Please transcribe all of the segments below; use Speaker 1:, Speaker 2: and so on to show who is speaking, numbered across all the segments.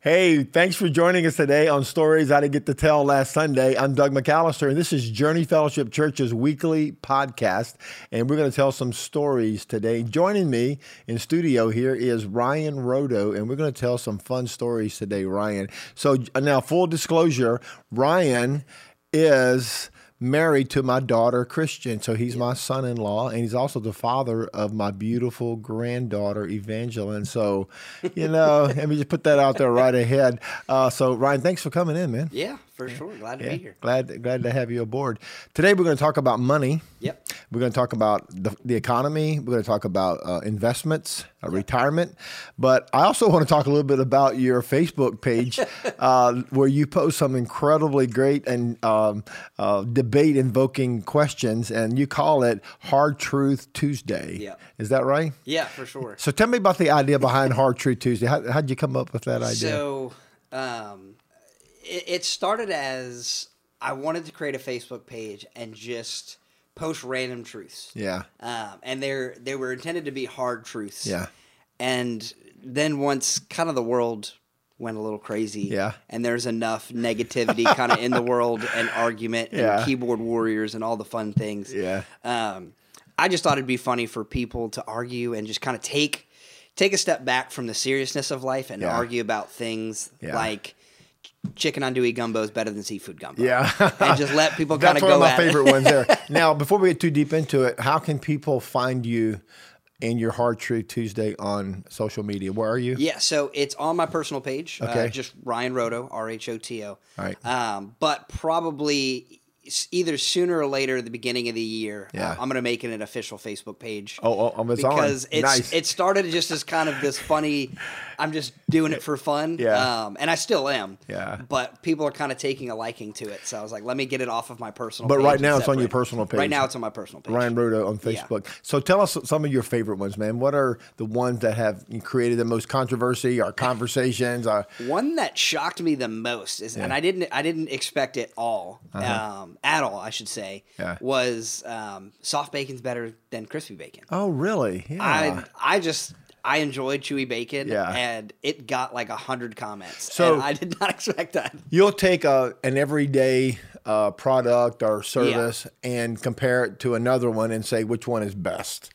Speaker 1: Hey, thanks for joining us today on Stories I Didn't Get to Tell Last Sunday. I'm Doug McAllister, and this is Journey Fellowship Church's weekly podcast. And we're going to tell some stories today. Joining me in studio here is Ryan Rodo, and we're going to tell some fun stories today, Ryan. So, uh, now, full disclosure Ryan is married to my daughter Christian. So he's my son-in-law, and he's also the father of my beautiful granddaughter Evangeline. So, you know, let me just put that out there right ahead. Uh, so Ryan, thanks for coming in, man.
Speaker 2: Yeah, for sure. Glad to
Speaker 1: Yeah,
Speaker 2: be here.
Speaker 1: Glad glad to have you aboard. Today we're going to talk about money.
Speaker 2: Yep.
Speaker 1: We're going to talk about the, the economy. We're going to talk about uh, investments, uh, retirement. But I also want to talk a little bit about your Facebook page uh, where you post some incredibly great and um, uh, debate invoking questions, and you call it Hard Truth Tuesday.
Speaker 2: Yeah.
Speaker 1: Is that right?
Speaker 2: Yeah, for sure.
Speaker 1: So tell me about the idea behind Hard Truth Tuesday. How, how'd you come up with that idea?
Speaker 2: So, um, it, it started as I wanted to create a Facebook page and just post random truths.
Speaker 1: yeah.
Speaker 2: Um, and they're they were intended to be hard truths.
Speaker 1: Yeah.
Speaker 2: And then once kind of the world went a little crazy.
Speaker 1: Yeah.
Speaker 2: And there's enough negativity kind of in the world and argument
Speaker 1: Yeah.
Speaker 2: and keyboard warriors and all the fun things.
Speaker 1: Yeah.
Speaker 2: Um, I just thought it'd be funny for people to argue and just kind of take take a step back from the seriousness of life and
Speaker 1: Yeah.
Speaker 2: argue about things
Speaker 1: Yeah.
Speaker 2: like chicken andouille gumbo is better than seafood gumbo.
Speaker 1: Yeah.
Speaker 2: and just let people kind
Speaker 1: That's one
Speaker 2: of go
Speaker 1: of my
Speaker 2: at
Speaker 1: favorite
Speaker 2: it.
Speaker 1: ones there. Now, before we get too deep into it, how can people find you and your Hard Truth Tuesday on social media? Where are you?
Speaker 2: Yeah, so it's on my personal page.
Speaker 1: Okay.
Speaker 2: Uh, just Ryan Roto, R H O T O.
Speaker 1: All right.
Speaker 2: Um, but probably s- either sooner or later, at the beginning of the year,
Speaker 1: Yeah.
Speaker 2: uh, I'm going to make it an official Facebook page.
Speaker 1: Oh, oh, it's
Speaker 2: because
Speaker 1: on.
Speaker 2: it's
Speaker 1: nice.
Speaker 2: it started just as kind of this funny. I'm just doing it for fun.
Speaker 1: Yeah.
Speaker 2: Um, and I still am.
Speaker 1: Yeah.
Speaker 2: But people are kind of taking a liking to it, so I was like, let me get it off of my personal.
Speaker 1: But
Speaker 2: page
Speaker 1: right
Speaker 2: and
Speaker 1: now it's on your
Speaker 2: separate.
Speaker 1: personal page.
Speaker 2: Right now it's on my personal page.
Speaker 1: Ryan Rudo on
Speaker 2: Yeah.
Speaker 1: Facebook. So tell us some of your favorite ones, man. What are the ones that have created the most controversy or conversations? Uh,
Speaker 2: One that shocked me the most is, and I didn't, I didn't expect it all, um, at all, I should say,
Speaker 1: Uh-huh. Yeah.
Speaker 2: was um, soft bacon's better than crispy bacon.
Speaker 1: oh, really? Yeah.
Speaker 2: I, I just, I enjoyed chewy bacon,
Speaker 1: Yeah.
Speaker 2: and it got like a hundred comments.
Speaker 1: So-
Speaker 2: and I did not expect that.
Speaker 1: You'll take a an everyday uh, product or service and compare it to another one and say which one is best,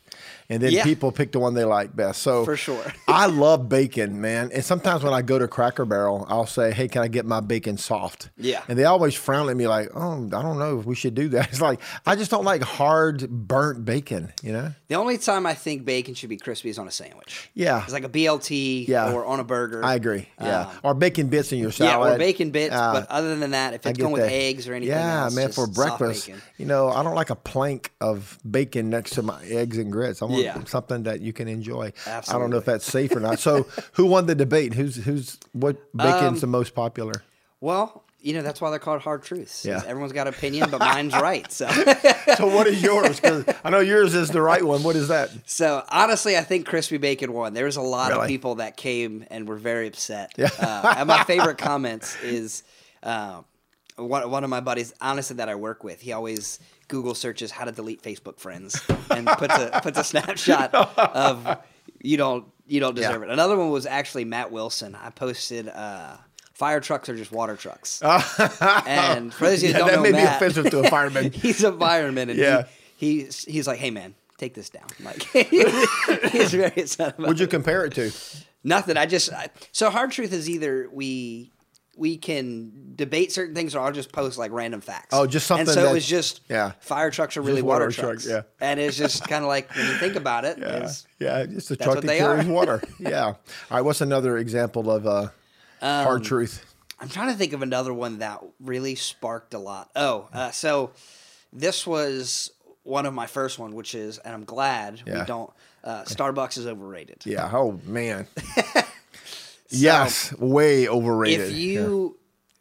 Speaker 1: and then
Speaker 2: Yeah.
Speaker 1: people pick the one they like best. So
Speaker 2: For sure.
Speaker 1: I love bacon, man. And sometimes when I go to Cracker Barrel, I'll say, "Hey, can I get my bacon soft?"
Speaker 2: Yeah.
Speaker 1: and they always frown at me like, "Oh, I don't know if we should do that." It's like I just don't like hard burnt bacon, you know?
Speaker 2: The only time I think bacon should be crispy is on a sandwich.
Speaker 1: Yeah,
Speaker 2: It's like a BLT
Speaker 1: Yeah.
Speaker 2: or on a burger.
Speaker 1: I agree. Yeah,
Speaker 2: Um,
Speaker 1: or bacon bits in your
Speaker 2: yeah,
Speaker 1: salad.
Speaker 2: or bacon bits.
Speaker 1: Uh,
Speaker 2: but other than that, if
Speaker 1: get
Speaker 2: it's going with
Speaker 1: that.
Speaker 2: eggs or anything,
Speaker 1: Yeah,
Speaker 2: else,
Speaker 1: man,
Speaker 2: just
Speaker 1: for
Speaker 2: soft
Speaker 1: breakfast,
Speaker 2: bacon.
Speaker 1: you know, I don't like a plank of bacon next to my eggs and grits. I want
Speaker 2: Yeah.
Speaker 1: something that you can enjoy. I don't know
Speaker 2: Absolutely.
Speaker 1: if that's safe or not. So, who won the debate? Who's who's what bacon's
Speaker 2: Um,
Speaker 1: the most popular?
Speaker 2: Well, you know that's why they're called hard truths.
Speaker 1: Yeah.
Speaker 2: Yeah. Everyone's got an opinion, but mine's right. So,
Speaker 1: So, what is yours? 'Cause I know yours is the right one. What is that?
Speaker 2: so honestly, I think crispy bacon won. There was a lot
Speaker 1: Really?
Speaker 2: of people that came and were very upset. Yeah. Uh, and my favorite comments is um, one one of my buddies, honestly, that I work with. He always Google searches how to delete Facebook friends and puts a puts a snapshot of you don't you don't deserve it. Another one was actually Matt Wilson. I posted. Uh, Fire trucks are just water trucks. and for those of you
Speaker 1: Yeah,
Speaker 2: who don't
Speaker 1: that
Speaker 2: know
Speaker 1: may be
Speaker 2: Matt,
Speaker 1: offensive to a fireman.
Speaker 2: he's a fireman, and
Speaker 1: Yeah.
Speaker 2: he, he's he's like, hey man, take this down. Like he's very upset about
Speaker 1: Would you compare it to?
Speaker 2: nothing. I just I, so hard truth is either we we can debate certain things, or I'll just post like random facts.
Speaker 1: Oh, just
Speaker 2: And
Speaker 1: something
Speaker 2: so
Speaker 1: that-
Speaker 2: it was just
Speaker 1: yeah.
Speaker 2: fire trucks are really
Speaker 1: water
Speaker 2: water,
Speaker 1: trucks,
Speaker 2: trucks.
Speaker 1: yeah.
Speaker 2: and it's just kind of like when you think about it, it's-
Speaker 1: Yeah, just a truck
Speaker 2: what
Speaker 1: that
Speaker 2: they
Speaker 1: carries
Speaker 2: are.
Speaker 1: water. Yeah. All right. What's another example of uh,
Speaker 2: Um,
Speaker 1: hard truth?
Speaker 2: I'm trying to think of another one that really sparked a lot. Oh, uh, so this was one of my first one, which is, and I'm glad
Speaker 1: Yeah.
Speaker 2: we don't. Uh, Starbucks is overrated.
Speaker 1: Yeah. Oh man. yes, way overrated.
Speaker 2: If
Speaker 1: Yeah.
Speaker 2: you,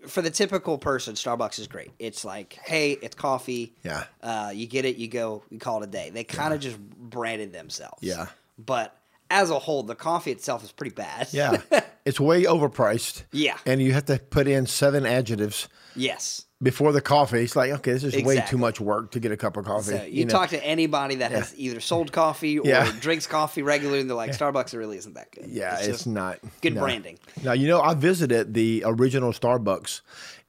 Speaker 2: for the typical person, Starbucks is great. It's like, hey, it's coffee.
Speaker 1: Yeah.
Speaker 2: Uh, you get it, you go, you call it a day. They kind of just branded themselves.
Speaker 1: Yeah.
Speaker 2: But as a whole, the coffee itself is pretty bad.
Speaker 1: Yeah. It's way overpriced.
Speaker 2: Yeah.
Speaker 1: And you have to put in seven adjectives
Speaker 2: Yes.
Speaker 1: before the coffee. It's like, okay, this is way too
Speaker 2: Exactly.
Speaker 1: much work to get a cup of coffee.
Speaker 2: So you,
Speaker 1: know?
Speaker 2: talk to anybody that has either sold coffee or
Speaker 1: Yeah.
Speaker 2: drinks coffee regularly, and they're like, Starbucks really isn't that good.
Speaker 1: Yeah, it's,
Speaker 2: just
Speaker 1: not
Speaker 2: good
Speaker 1: no.
Speaker 2: branding.
Speaker 1: Now you know I visited the original Starbucks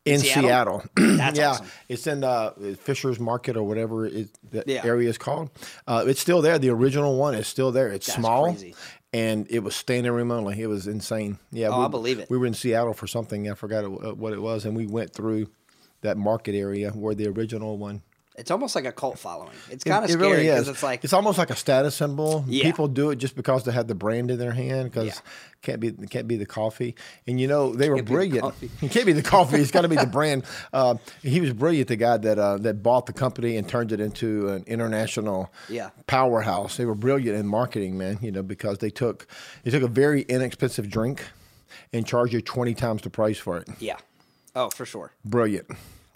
Speaker 1: in Seattle.
Speaker 2: Seattle? That's
Speaker 1: yeah,
Speaker 2: awesome.
Speaker 1: it's in uh, Fisher's Market or whatever it, the
Speaker 2: Yeah.
Speaker 1: area is called. Uh, it's still there. The original one is still there. It's small,
Speaker 2: crazy.
Speaker 1: and it was standing room only. It was insane. Yeah,
Speaker 2: Oh,
Speaker 1: we,
Speaker 2: I believe it.
Speaker 1: We were in Seattle for something. I forgot it, uh, what it was, and we went through that market area where the original one.
Speaker 2: It's almost like a cult following. It's kind of
Speaker 1: it
Speaker 2: scary
Speaker 1: really
Speaker 2: because
Speaker 1: is.
Speaker 2: it's like
Speaker 1: it's almost like a status symbol.
Speaker 2: Yeah.
Speaker 1: People do it just because they have the brand in their hand because
Speaker 2: Yeah.
Speaker 1: can't be it can't be the coffee. And you know they were
Speaker 2: Can't be the
Speaker 1: brilliant.
Speaker 2: coffee.
Speaker 1: it can't be the coffee. It's got to be the brand. Uh, he was brilliant. The guy that uh, that bought the company and turned it into an international
Speaker 2: Yeah.
Speaker 1: powerhouse. They were brilliant in marketing, man. You know because they took they took a very inexpensive drink and charged you twenty times the price for it.
Speaker 2: yeah, oh for sure.
Speaker 1: Brilliant.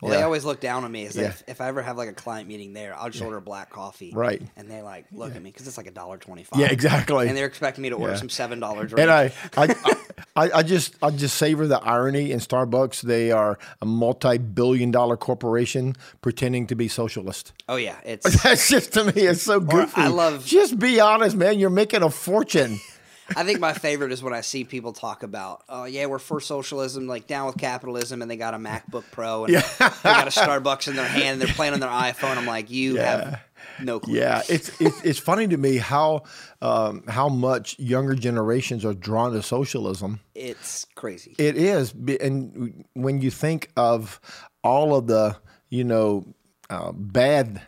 Speaker 2: Well,
Speaker 1: Yeah.
Speaker 2: they always look down on me. As
Speaker 1: Yeah.
Speaker 2: if, if I ever have like a client meeting there, I'll just order a black coffee.
Speaker 1: Right.
Speaker 2: And they like look at me because it's like a dollar twenty-five.
Speaker 1: Yeah, exactly.
Speaker 2: And they're expecting me to order
Speaker 1: Yeah.
Speaker 2: some seven dollar drink.
Speaker 1: And I, I, I, I just, I just savor the irony in Starbucks. They are a multi-billion-dollar corporation pretending to be socialist.
Speaker 2: oh yeah, it's.
Speaker 1: That's just to me, it's so goofy.
Speaker 2: I love-
Speaker 1: Just be honest, man. You're making a fortune.
Speaker 2: I think my favorite is when I see people talk about, oh yeah, we're for socialism, like down with capitalism, and they got a MacBook Pro and they got a Starbucks in their hand, and they're playing on their iPhone. I'm like, you have no clue.
Speaker 1: Yeah, it's it's, it's funny to me how um, how much younger generations are drawn to socialism.
Speaker 2: It's crazy.
Speaker 1: It is, b- and when you think of all of the you know uh, bad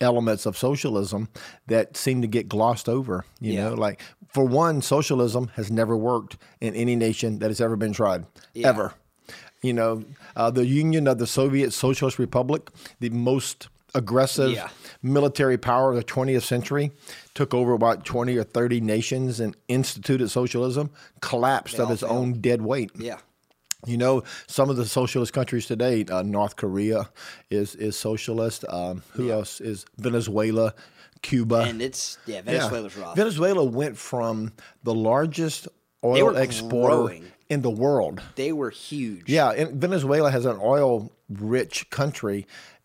Speaker 1: elements of socialism that seem to get glossed over, you
Speaker 2: Yeah.
Speaker 1: know, like for one, socialism has never worked in any nation that has ever been tried,
Speaker 2: Yeah.
Speaker 1: ever. You know, uh, the Union of the Soviet Socialist Republic, the most aggressive
Speaker 2: Yeah.
Speaker 1: military power of the 20th century, took over about 20 or 30 nations and instituted socialism, collapsed of
Speaker 2: all
Speaker 1: its
Speaker 2: failed.
Speaker 1: own dead weight.
Speaker 2: yeah.
Speaker 1: You know, some of the socialist countries today, uh, North Korea is is socialist. Um, who else is Venezuela, Cuba?
Speaker 2: And it's yeah,
Speaker 1: Yeah.
Speaker 2: Venezuela's rough.
Speaker 1: Venezuela went from the largest oil
Speaker 2: were
Speaker 1: exporter
Speaker 2: growing.
Speaker 1: in the world.
Speaker 2: they were huge.
Speaker 1: Yeah, and Venezuela has an oil rich country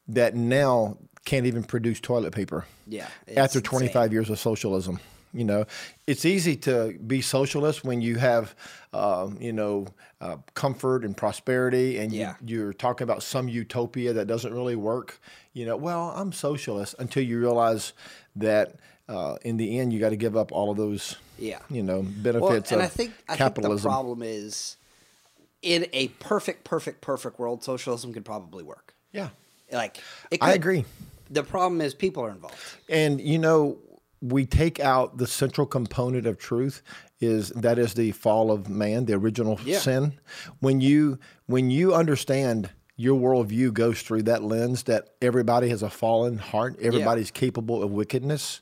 Speaker 1: that now can't even produce toilet paper.
Speaker 2: Yeah, it's
Speaker 1: After
Speaker 2: insane.
Speaker 1: 25 years of socialism, you know, it's easy to be socialist when you have, um, you know, uh, comfort and prosperity, and
Speaker 2: Yeah.
Speaker 1: you, you're talking about some utopia that doesn't really work. You know, well, I'm socialist until you realize that uh, in the end you got to give up all of those,
Speaker 2: Yeah.
Speaker 1: you know, benefits
Speaker 2: Well,
Speaker 1: of
Speaker 2: and I think I
Speaker 1: capitalism.
Speaker 2: think the problem is, in a perfect, perfect, perfect world, socialism could probably work.
Speaker 1: yeah,
Speaker 2: Like it could.
Speaker 1: I agree.
Speaker 2: The problem is people are involved.
Speaker 1: And you know, we take out the central component of truth is that is the fall of man, the original
Speaker 2: Yeah.
Speaker 1: sin. When you when you understand your worldview goes through that lens that everybody has a fallen heart, everybody's capable of wickedness.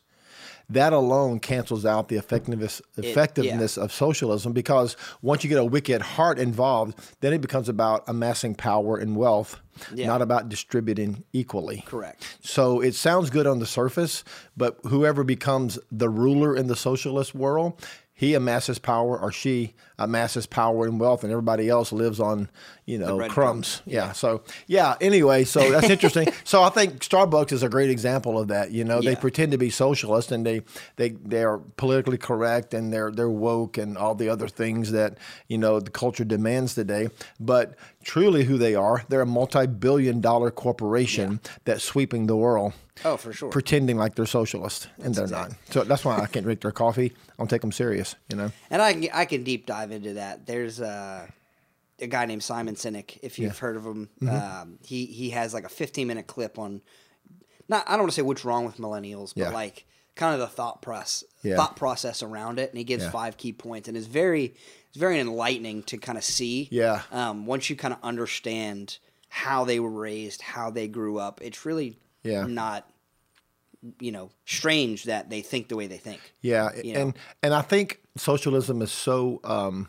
Speaker 1: That alone cancels out the effectiveness effectiveness of socialism because once you get a wicked heart involved, then it becomes about amassing power and wealth,
Speaker 2: Yeah.
Speaker 1: not about distributing equally.
Speaker 2: Correct.
Speaker 1: So it sounds good on the surface, but whoever becomes the ruler in the socialist world, he amasses power or she amasses power and wealth, and everybody else lives on, you know, crumbs.
Speaker 2: breadcrumbs.
Speaker 1: Yeah. So, yeah, anyway, so that's interesting. so I think Starbucks is a great example of that. You know, they
Speaker 2: Yeah.
Speaker 1: pretend to be socialist and they, they, they are politically correct and they're, they're woke and all the other things that, you know, the culture demands today. But truly, who they are, they're a multi billion dollar corporation that's sweeping the world
Speaker 2: Oh, for sure.
Speaker 1: pretending like they're socialist and they're not. So that's why I can't drink their coffee. I don't take them serious, you know.
Speaker 2: And I can I can deep dive into that. There's a a guy named Simon Sinek, if you've heard of him.
Speaker 1: Mm-hmm.
Speaker 2: Um, he he has like a 15 minute clip on. Not I don't want to say what's wrong with millennials, but
Speaker 1: Yeah.
Speaker 2: like kind of the thought process
Speaker 1: Yeah.
Speaker 2: thought process around it, and he gives
Speaker 1: Yeah.
Speaker 2: five key points, and it's very it's very enlightening to kind of see.
Speaker 1: Yeah.
Speaker 2: Um, once you kind of understand how they were raised, how they grew up, it's really
Speaker 1: Yeah.
Speaker 2: not you know strange that they think the way they think.
Speaker 1: Yeah,
Speaker 2: You know?
Speaker 1: and and I think socialism is so um,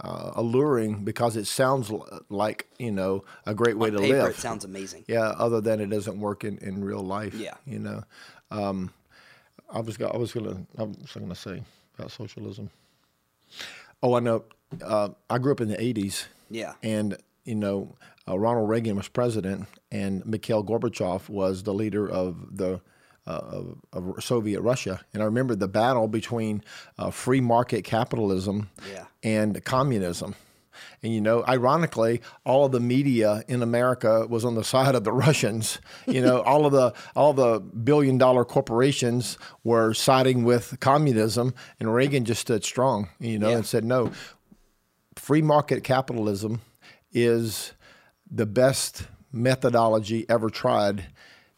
Speaker 1: uh, alluring because it sounds l- like you know a great way to
Speaker 2: Paper,
Speaker 1: live.
Speaker 2: it sounds amazing.
Speaker 1: yeah, other than it doesn't work in, in real life.
Speaker 2: Yeah.
Speaker 1: you know, um, I was go- I was gonna I was gonna say about socialism. Oh, I know. Uh, I grew up in the 80s.
Speaker 2: Yeah.
Speaker 1: And, you know, uh, Ronald Reagan was president, and Mikhail Gorbachev was the leader of the uh, of, of Soviet Russia. And I remember the battle between uh, free market capitalism
Speaker 2: Yeah.
Speaker 1: and communism. And you know, ironically, all of the media in America was on the side of the Russians. You know, all of the all the billion dollar corporations were siding with communism, and Reagan just stood strong. You know,
Speaker 2: Yeah.
Speaker 1: and said, "No, free market capitalism is the best methodology ever tried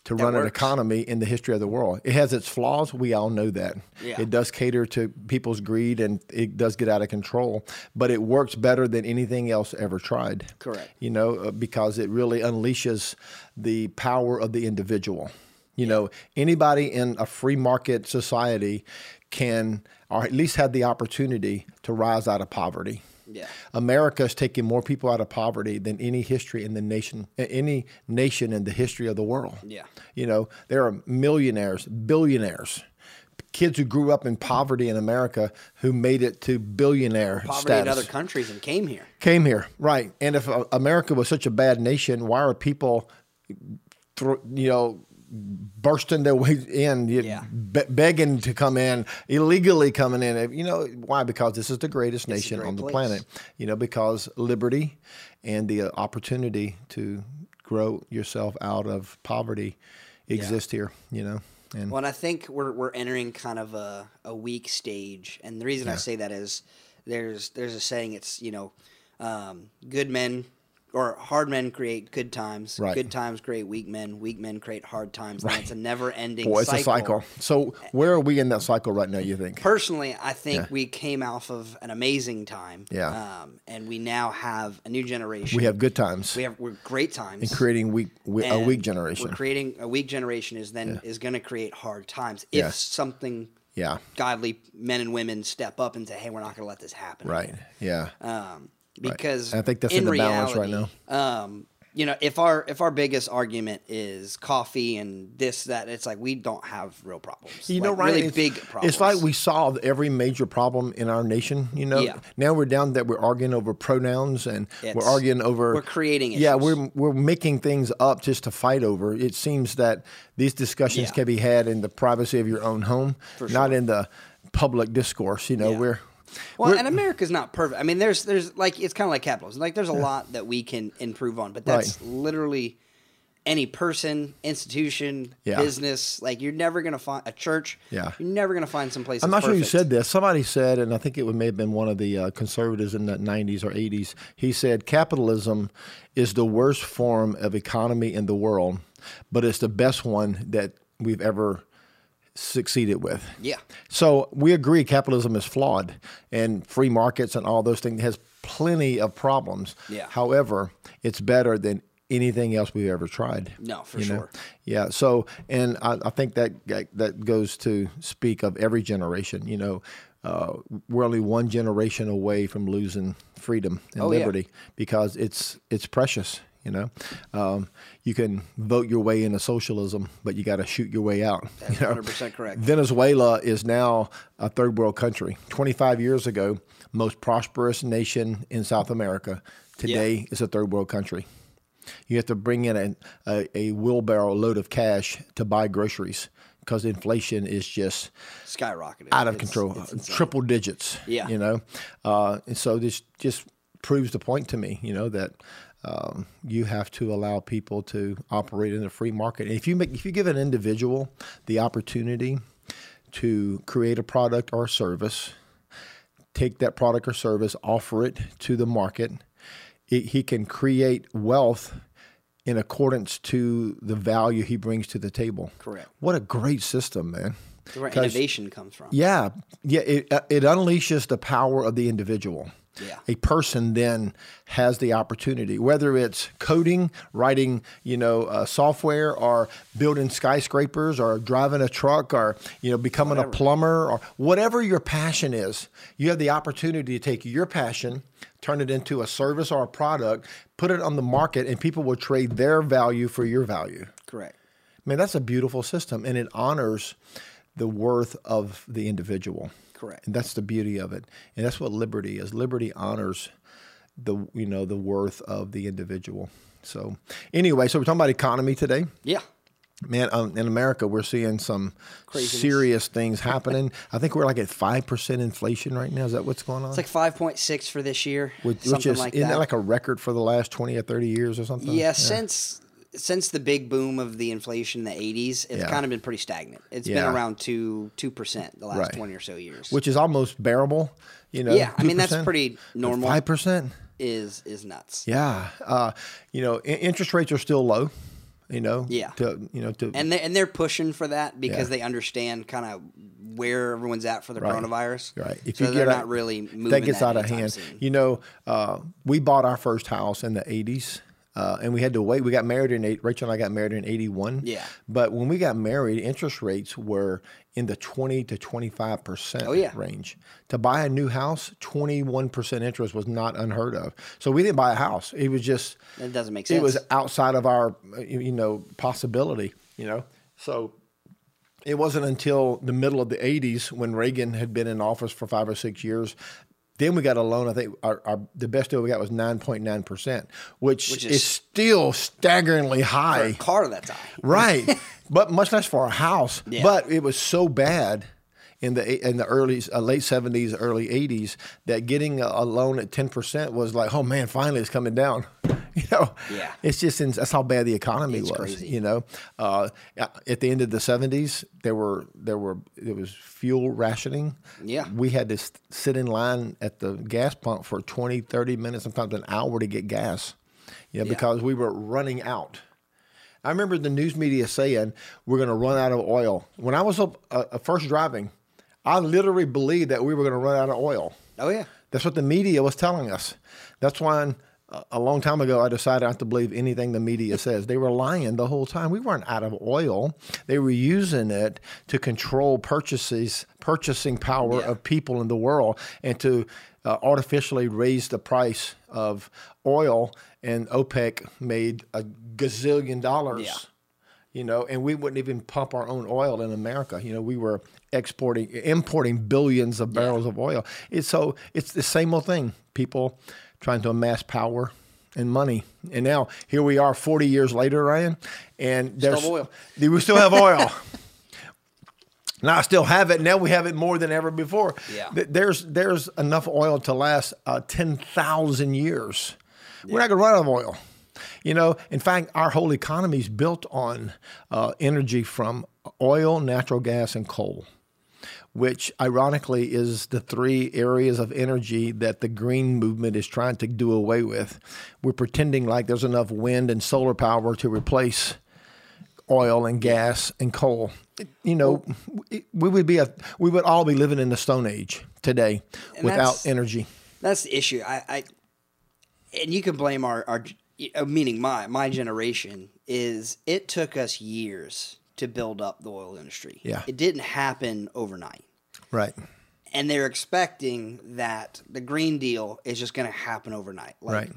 Speaker 1: to run an
Speaker 2: works.
Speaker 1: economy in the history of the world. It has its flaws. We all know that.
Speaker 2: Yeah.
Speaker 1: It does cater to people's greed and it does get out of control, but it works better than anything else ever tried.
Speaker 2: Correct.
Speaker 1: You know, uh, because it really unleashes the power of the individual. You know, anybody in a free market society can, or at least have the opportunity to rise out of poverty.
Speaker 2: Yeah.
Speaker 1: America is taking more people out of poverty than any history in the nation, any nation in the history of the world.
Speaker 2: Yeah.
Speaker 1: You know, there are millionaires, billionaires, kids who grew up in poverty in America who made it to billionaire
Speaker 2: Poverty
Speaker 1: status.
Speaker 2: in other countries and came here.
Speaker 1: Came here, right? And if uh, America was such a bad nation, why are people, thro- you know? Bursting their way in, you-
Speaker 2: Yeah.
Speaker 1: be- begging to come in, illegally coming in. You know why? Because this is the greatest nation
Speaker 2: great
Speaker 1: on the
Speaker 2: place.
Speaker 1: planet you know, because liberty and the uh, opportunity to grow yourself out of poverty exist here, you know. And
Speaker 2: Well, and I think we're we're entering kind of a, a weak stage, and the reason I say that is there's there's a saying it's you know um, good men or hard men create good times,
Speaker 1: Right.
Speaker 2: good times create weak men, weak men create hard times. And it's a never ending.
Speaker 1: boy, it's a cycle. So where are we in that cycle right now, you think?
Speaker 2: Personally, I think we came off of an amazing time.
Speaker 1: Yeah.
Speaker 2: Um, and we now have a new generation.
Speaker 1: We have good times
Speaker 2: we have we're great times.
Speaker 1: creating weak, we, a
Speaker 2: and
Speaker 1: weak generation.
Speaker 2: We're creating a weak generation is then is going to create hard times if
Speaker 1: Yeah.
Speaker 2: something
Speaker 1: yeah.
Speaker 2: godly men and women step up and say, "Hey, we're not going to let this happen."
Speaker 1: Right. Yeah.
Speaker 2: Um, because
Speaker 1: I think that's in the balance right
Speaker 2: now. Um, you know, if our if our biggest argument is coffee and this that, it's like we don't have real problems.
Speaker 1: You know,
Speaker 2: Like,
Speaker 1: right?
Speaker 2: Really
Speaker 1: it's,
Speaker 2: big problems.
Speaker 1: It's like we solved every major problem in our nation. You know,
Speaker 2: Yeah.
Speaker 1: now we're down that we're arguing over pronouns and we're
Speaker 2: It's-
Speaker 1: arguing over.
Speaker 2: we're creating
Speaker 1: Yeah,
Speaker 2: issues.
Speaker 1: we're we're making things up just to fight over. It seems that these discussions
Speaker 2: Yeah.
Speaker 1: can be had in the privacy of your own home, not in the public discourse. You know,
Speaker 2: Yeah.
Speaker 1: we're
Speaker 2: Well, and America's not perfect. I mean, there's there's like it's kind of like capitalism. Like there's a lot that we can improve on, but that's literally any person, institution,
Speaker 1: Yeah.
Speaker 2: business. Like you're never gonna find a church.
Speaker 1: Yeah.
Speaker 2: you're never gonna find some place.
Speaker 1: I'm not sure who said this. Somebody said, and I think it would may have been one of the uh, conservatives in the 90s or 80s. He said, "Capitalism is the worst form of economy in the world, but it's the best one that we've ever succeeded with."
Speaker 2: Yeah.
Speaker 1: So we agree, capitalism is flawed, and free markets and all those things has plenty of problems.
Speaker 2: Yeah.
Speaker 1: However, it's better than anything else we've ever tried.
Speaker 2: No, for
Speaker 1: you know?
Speaker 2: sure.
Speaker 1: Yeah. So, and I, I think that that- that goes to speak of every generation. You know, uh, we're only one generation away from losing freedom and
Speaker 2: Oh, yeah.
Speaker 1: liberty because it's it's precious. You know, um, you can vote your way into socialism, but you got to shoot your way out. you know?
Speaker 2: 100% correct.
Speaker 1: Venezuela is now a third world country. 25 years ago, most prosperous nation in South America. Today is a third world country. You have to bring in a, a, a wheelbarrow load of cash to buy groceries because inflation is just
Speaker 2: skyrocketed
Speaker 1: out of
Speaker 2: It's-
Speaker 1: control, uh,
Speaker 2: it's insane.
Speaker 1: triple digits.
Speaker 2: Yeah.
Speaker 1: you know, uh, and so this just proves the point to me, you know, that um, you have to allow people to operate in a free market. And if you make, if you give an individual the opportunity to create a product or a service, take that product or service, offer it to the market, it, he can create wealth. In accordance to the value he brings to the table.
Speaker 2: Correct.
Speaker 1: What a great system, man.
Speaker 2: It's where innovation comes from.
Speaker 1: Yeah, yeah. It, uh, it unleashes the power of the individual.
Speaker 2: Yeah.
Speaker 1: A person then has the opportunity, whether it's coding, writing, you know, uh, software, or building skyscrapers, or driving a truck, or you know, becoming a plumber, or whatever your passion is. You have the opportunity to take your passion, turn it into a service or a product, put it on the market, and people will trade their value for your value.
Speaker 2: Correct.
Speaker 1: Man, that's a beautiful system, and it honors the worth of the individual.
Speaker 2: Correct.
Speaker 1: And that's the beauty of it. And that's what liberty is. Liberty honors the you know the worth of the individual. So anyway, so we're talking about economy today.
Speaker 2: Yeah.
Speaker 1: Man, um, in America, we're seeing some
Speaker 2: Craziness.
Speaker 1: serious things happening. I think we're like at five percent inflation right now. Is that what's going on?
Speaker 2: It's like five point six for this year.
Speaker 1: which, which
Speaker 2: something
Speaker 1: is
Speaker 2: like
Speaker 1: isn't
Speaker 2: that.
Speaker 1: that like a record for the last twenty or thirty years or something?
Speaker 2: yeah, since since the big boom of the inflation in the eighties, it's
Speaker 1: Yeah.
Speaker 2: kind of been pretty stagnant. It's
Speaker 1: Yeah.
Speaker 2: been around two two percent the last
Speaker 1: Right.
Speaker 2: twenty or so years.
Speaker 1: which uh, is almost bearable. You know,
Speaker 2: yeah, I mean that's pretty normal.
Speaker 1: Five percent.
Speaker 2: is is nuts.
Speaker 1: Yeah, uh, you know, in- interest rates are still low. You know.
Speaker 2: Yeah.
Speaker 1: To you know to
Speaker 2: And they and they're pushing for that because
Speaker 1: Yeah.
Speaker 2: they understand kind of where everyone's at for the coronavirus.
Speaker 1: Right. If
Speaker 2: so
Speaker 1: you
Speaker 2: they're
Speaker 1: get out-
Speaker 2: not really moving
Speaker 1: that gets out of
Speaker 2: anytime
Speaker 1: hand.
Speaker 2: soon.
Speaker 1: You know, uh, we bought our first house in the '80s, uh, and we had to wait. We got married in eight. Rachel and I got married in '81.
Speaker 2: Yeah.
Speaker 1: But when we got married, interest rates were in the 20 to 25 percent
Speaker 2: Oh, yeah.
Speaker 1: range. To buy a new house, 21 percent interest was not unheard of. So we didn't buy a house. It was just
Speaker 2: That doesn't make sense.
Speaker 1: it was outside of our uh, you you know possibility. You know, so it wasn't until the middle of the 80s when Reagan had been in office for five or six years. Then we got a loan. I think our, our the best deal we got was 9.9%, which,
Speaker 2: Which
Speaker 1: is,
Speaker 2: is-
Speaker 1: still staggeringly
Speaker 2: a
Speaker 1: high.
Speaker 2: car that's high.
Speaker 1: right. But much less for a house. But it was so bad in the eight- in the early uh, late 70s, early 80s that getting a, a loan at 10% was like, "Oh man, finally it's coming down." You know.
Speaker 2: Yeah.
Speaker 1: It's just ins- that's how bad the economy was.
Speaker 2: crazy.
Speaker 1: You know, uh, at the end of the seventies, there were there were there was fuel rationing.
Speaker 2: Yeah.
Speaker 1: we had to s- sit in line at the gas pump for 20, 30 minutes, sometimes an hour to get gas. You know, because we were running out. I remember the news media saying we're going to run out of oil. When I was up, uh, uh, first driving, I literally believed that we were going to run out of oil.
Speaker 2: Oh yeah.
Speaker 1: That's what the media was telling us. That's why uh, a long time ago I decided not to believe anything the media says. They were lying the whole time. We weren't out of oil. They were using it to control purchases, purchasing power
Speaker 2: Yeah.
Speaker 1: of people in the world, and to uh, artificially raise the price of oil. And OPEC made a gazillion dollars.
Speaker 2: Yeah.
Speaker 1: You know, and we wouldn't even pump our own oil in America. You know, we were exporting, importing billions of barrels of oil. It's so it's the same old thing. People trying to amass power and money, and now here we are, forty years later, Ryan, and there's
Speaker 2: have oil.
Speaker 1: we still have oil. Now I still have it. Now we have it more than ever before.
Speaker 2: Yeah.
Speaker 1: Th- There's there's enough oil to last uh, ten thousand years. We're not going to run out of oil. You know, in fact, our whole economy is built on uh, energy from oil, natural gas, and coal, which ironically is the three areas of energy that the green movement is trying to do away with. We're pretending like there's enough wind and solar power to replace oil and gas and coal. It- You know, it- we would be a, we would all be living in the Stone Age today without
Speaker 2: that's-
Speaker 1: energy.
Speaker 2: That's the issue. I, I and you can blame our our uh, meaning my my generation is it took us years to build up the oil industry.
Speaker 1: Yeah.
Speaker 2: It didn't happen overnight.
Speaker 1: Right.
Speaker 2: And they're expecting that the green deal is just going to happen overnight. Like,
Speaker 1: Right.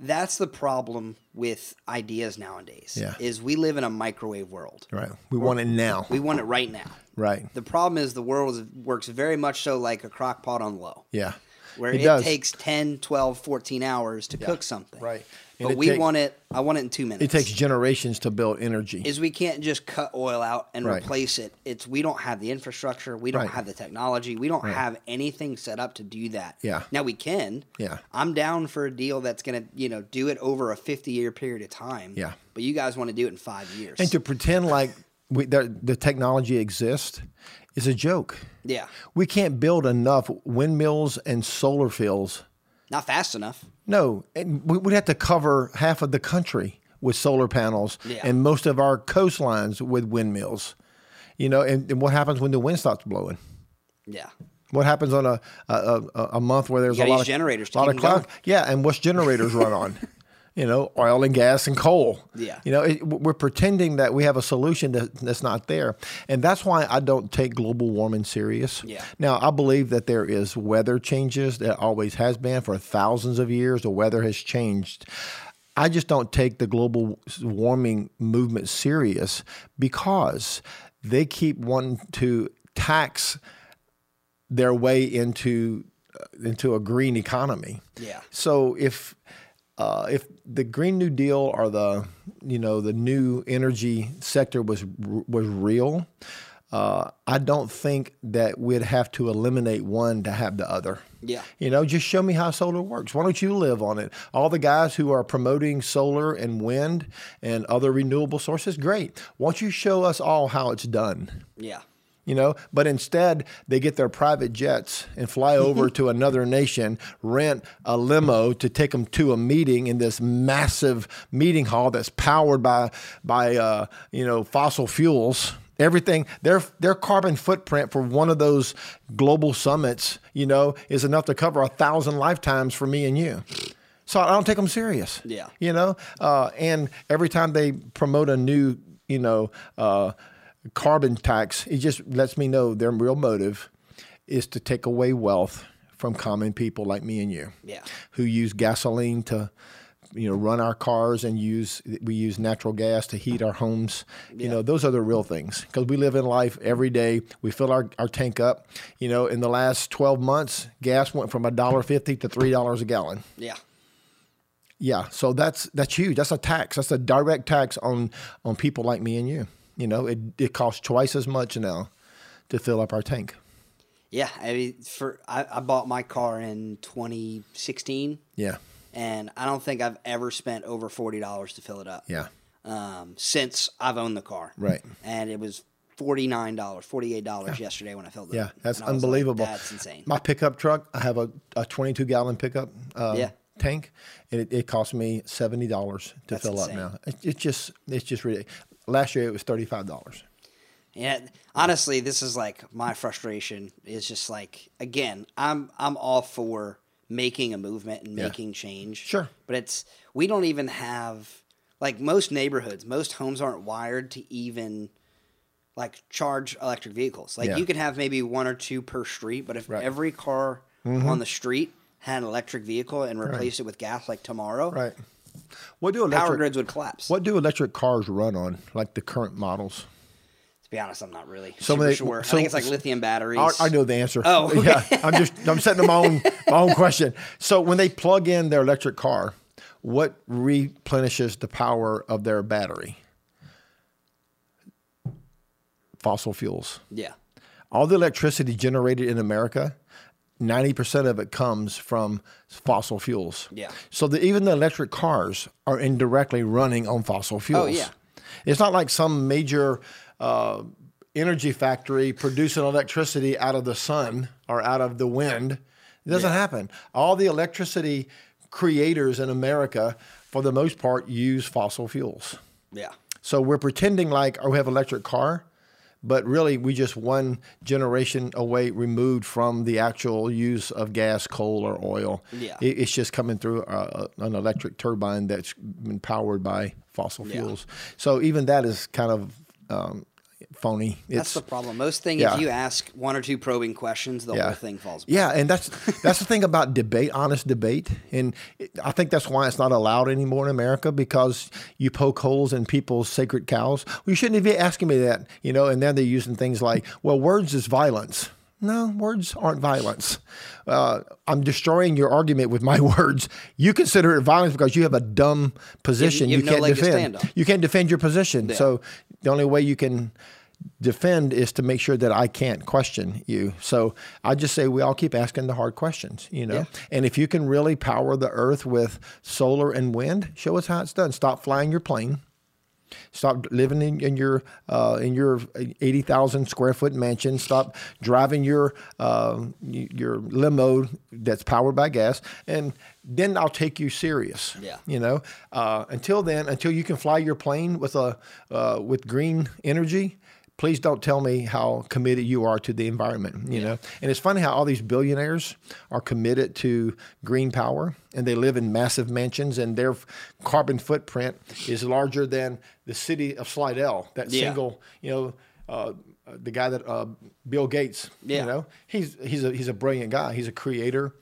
Speaker 2: That's the problem with ideas nowadays.
Speaker 1: Yeah.
Speaker 2: Is we live in a microwave world.
Speaker 1: Right. We want it now.
Speaker 2: We want it right now.
Speaker 1: Right.
Speaker 2: The problem is the world is, works very much so like a crock pot on low.
Speaker 1: Yeah.
Speaker 2: where
Speaker 1: It
Speaker 2: it,
Speaker 1: does.
Speaker 2: takes 10 12 14 hours to cook something
Speaker 1: right. And
Speaker 2: but
Speaker 1: it
Speaker 2: we
Speaker 1: take-
Speaker 2: want it i want it in two minutes
Speaker 1: It takes generations to build energy.
Speaker 2: is we can't just cut oil out and
Speaker 1: Right.
Speaker 2: replace it it's we don't have the infrastructure we don't
Speaker 1: Right.
Speaker 2: have the technology we don't have anything set up to do that
Speaker 1: Yeah.
Speaker 2: now we can
Speaker 1: Yeah.
Speaker 2: i'm down for a deal that's gonna you know do it over a 50 year period of time
Speaker 1: Yeah.
Speaker 2: but you guys want to do it in five years
Speaker 1: and to pretend like we, the, the technology exists is a joke.
Speaker 2: yeah
Speaker 1: We can't build enough windmills and solar fields
Speaker 2: not fast enough
Speaker 1: No, and we- we'd have to cover half of the country with solar panels
Speaker 2: Yeah.
Speaker 1: and most of our coastlines with windmills. You know, and, and what happens when the wind stops blowing?
Speaker 2: yeah
Speaker 1: What happens on a a, a, a month where there's
Speaker 2: You
Speaker 1: a
Speaker 2: gotta
Speaker 1: lot of
Speaker 2: use generators to
Speaker 1: lot
Speaker 2: keep
Speaker 1: of
Speaker 2: 'em
Speaker 1: cloud? Yeah, and what's generators run on? You know, oil and gas and coal.
Speaker 2: Yeah.
Speaker 1: You know, it, we're pretending that we have a solution that, that's not there, and that's why I don't take global warming serious.
Speaker 2: Yeah.
Speaker 1: Now I believe that there is weather changes. There always has been for thousands of years. The weather has changed. I just don't take the global warming movement serious because they keep wanting to tax their way into uh, into a green economy.
Speaker 2: Yeah.
Speaker 1: So if uh, if the Green New Deal or the you know the new energy sector was was real, uh, I don't think that we'd have to eliminate one to have the other.
Speaker 2: Yeah.
Speaker 1: You know, just show me how solar works. Why don't you live on it? All the guys who are promoting solar and wind and other renewable sources, great. Why don't you show us all how it's done?
Speaker 2: Yeah.
Speaker 1: you know but instead they get their private jets and fly over to another nation rent a limo to take them to a meeting in this massive meeting hall that's powered by by uh, you know fossil fuels everything their their carbon footprint for one of those global summits you know is enough to cover a thousand lifetimes for me and you so i don't take them serious
Speaker 2: Yeah.
Speaker 1: you know uh, and every time they promote a new you know uh, carbon tax it just lets me know their real motive is to take away wealth from common people like me and you
Speaker 2: Yeah.
Speaker 1: who use gasoline to you know run our cars and use we use natural gas to heat our homes you know those are the real things because we live in life every day we fill our, our tank up you know in the last 12 months gas went from $1.50 to $3 a gallon
Speaker 2: Yeah.
Speaker 1: yeah, so that's that's huge. That's a tax. That's a direct tax on on people like me and you. You know, it it costs twice as much now to fill up our tank.
Speaker 2: Yeah. I mean, for I, I bought my car in 2016,
Speaker 1: Yeah,
Speaker 2: and I don't think I've ever spent over forty dollars to fill it up.
Speaker 1: yeah,
Speaker 2: um, since I've owned the car.
Speaker 1: Right.
Speaker 2: And it was forty nine dollars, forty eight dollars yesterday when I filled it.
Speaker 1: yeah.
Speaker 2: up.
Speaker 1: That's
Speaker 2: And I was like,
Speaker 1: unbelievable.
Speaker 2: That's insane.
Speaker 1: My pickup truck. I have a, a 22 gallon pickup uh,
Speaker 2: Yeah.
Speaker 1: tank, and it, it cost me seventy dollars to
Speaker 2: That's
Speaker 1: fill
Speaker 2: insane.
Speaker 1: up now. It, it just it's just ridiculous. Last year it was thirty five dollars.
Speaker 2: Yeah. Honestly, this is like my frustration is just like again, I'm I'm all for making a movement and making change.
Speaker 1: Sure.
Speaker 2: But it's we don't even have like most neighborhoods, most homes aren't wired to even like charge electric vehicles. Like
Speaker 1: Yeah.
Speaker 2: you can have maybe one or two per street, but if every car
Speaker 1: Mm-hmm.
Speaker 2: on the street had an electric vehicle and replaced it with gas like tomorrow,
Speaker 1: Right. What do
Speaker 2: power
Speaker 1: electric
Speaker 2: grids would collapse.
Speaker 1: What do electric cars run on? Like the current models.
Speaker 2: To be honest, I'm not really
Speaker 1: Some
Speaker 2: super
Speaker 1: of the-
Speaker 2: sure. I
Speaker 1: so-
Speaker 2: think it's like lithium batteries.
Speaker 1: I, I know the answer.
Speaker 2: Oh, okay.
Speaker 1: yeah. I'm just I'm setting up my own my own question. So when they plug in their electric car, what replenishes the power of their battery? Fossil fuels.
Speaker 2: Yeah.
Speaker 1: All the electricity generated in America, 90% of it comes from fossil fuels.
Speaker 2: Yeah.
Speaker 1: So the, even the electric cars are indirectly running on fossil fuels.
Speaker 2: Oh, yeah.
Speaker 1: It's not like some major uh, energy factory producing electricity out of the sun or out of the wind. It doesn't happen. All the electricity creators in America, for the most part, use fossil fuels.
Speaker 2: Yeah.
Speaker 1: So we're pretending like oh, we have electric car, but really we just one generation away removed from the actual use of gas, coal, or oil.
Speaker 2: Yeah.
Speaker 1: It- it's just coming through uh, an electric turbine that's been powered by fossil fuels. So even that is kind of um, phony.
Speaker 2: That's
Speaker 1: It's
Speaker 2: the problem. Most things,
Speaker 1: yeah.
Speaker 2: if you ask one or two probing questions, the
Speaker 1: yeah.
Speaker 2: whole thing falls apart.
Speaker 1: Yeah, and that's that's the thing about debate, honest debate, and it- I think that's why it's not allowed anymore in America because you poke holes in people's sacred cows. Well, you shouldn't be asking me that, you know. And then they're using things like, "Well, words is violence." No, words aren't violence. Uh, I'm destroying your argument with my words. You consider it violence because you have a dumb position
Speaker 2: you
Speaker 1: you,
Speaker 2: have no
Speaker 1: can't
Speaker 2: leg to
Speaker 1: defend.
Speaker 2: stand on.
Speaker 1: You can't defend your position. So the only way you can defend is to make sure that I can't question you. So I just say we all keep asking the hard questions, you know. And if you can really power the earth with solar and wind, show us how it's done. Stop flying your plane. Stop living in, in your uh, in your eighty thousand square foot mansion. Stop driving your um, y- your limo that's powered by gas, and then I'll take you serious.
Speaker 2: Yeah.
Speaker 1: you know. Uh, until then, until you can fly your plane with a uh, with green energy, please don't tell me how committed you are to the environment. You know, and it's funny how all these billionaires are committed to green power, and they live in massive mansions, and their f- carbon footprint is larger than the city of Slidell. That
Speaker 2: Yeah.
Speaker 1: single, you know. Uh, the guy that uh, Bill Gates,
Speaker 2: Yeah.
Speaker 1: you know, he's he's a he's a brilliant guy. He's a creator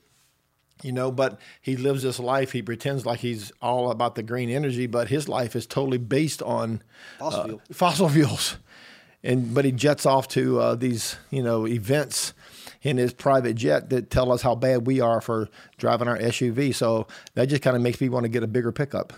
Speaker 1: you know but he lives this life he pretends like he's all about the green energy but his life is totally based on
Speaker 2: Fossil
Speaker 1: uh,
Speaker 2: fuel.
Speaker 1: fossil fuels and but he jets off to uh, these you know events in his private jet that tell us how bad we are for driving our SUV. So that just kind of makes me want to get a bigger pickup.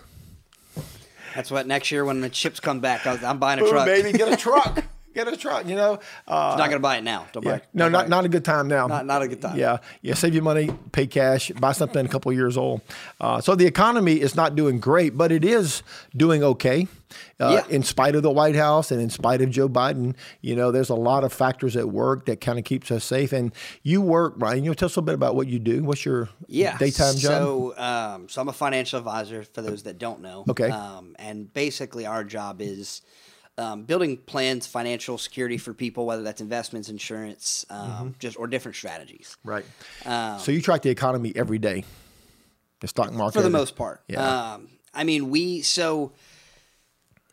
Speaker 2: That's what next year when the chips come back, I am buying a truck.
Speaker 1: Baby, get a truck. Get a truck, you know. Uh,
Speaker 2: not gonna buy it now. Don't buy.
Speaker 1: yeah.
Speaker 2: It.
Speaker 1: No,
Speaker 2: Don't
Speaker 1: not,
Speaker 2: buy it.
Speaker 1: not a good time now.
Speaker 2: Not- not a good time.
Speaker 1: Yeah. Yeah. Save your money, pay cash, buy something a couple years old. Uh, so the economy is not doing great, but it is doing okay. Uh,
Speaker 2: Yeah.
Speaker 1: In spite of the White House and in spite of Joe Biden, you know, there's a lot of factors at work that kind of keeps us safe. And you work, Ryan. You know, tell us a little bit about what you do. What's your
Speaker 2: yeah
Speaker 1: daytime job?
Speaker 2: so um, so i'm a financial advisor for those that don't know
Speaker 1: Okay.
Speaker 2: um, and basically our job is um, building plans financial security for people whether that's investments insurance um,
Speaker 1: Mm-hmm.
Speaker 2: just or different strategies
Speaker 1: right. so you track the economy every day, the stock market
Speaker 2: um, for the most part
Speaker 1: Yeah.
Speaker 2: um, i mean we so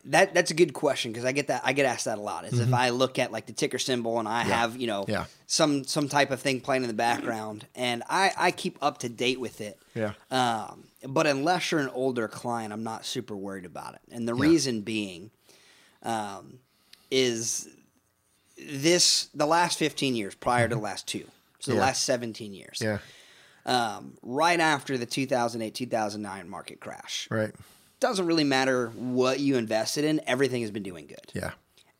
Speaker 2: that that's a good question because i get that i get asked that a lot is if i look at like the ticker symbol and i have you know
Speaker 1: Mm-hmm. Yeah.
Speaker 2: some some type of thing playing in the background and i i keep up to date with it
Speaker 1: Yeah.
Speaker 2: Um, but unless you're an older client, I'm not super worried about it. And the reason being um, is this the last 15 years prior to the last two. So the
Speaker 1: Mm-hmm. Yeah.
Speaker 2: last 17 years.
Speaker 1: Yeah.
Speaker 2: Um, right after the 2008 2009 market crash.
Speaker 1: Right.
Speaker 2: Doesn't really matter what you invested in, everything has been doing good.
Speaker 1: Yeah.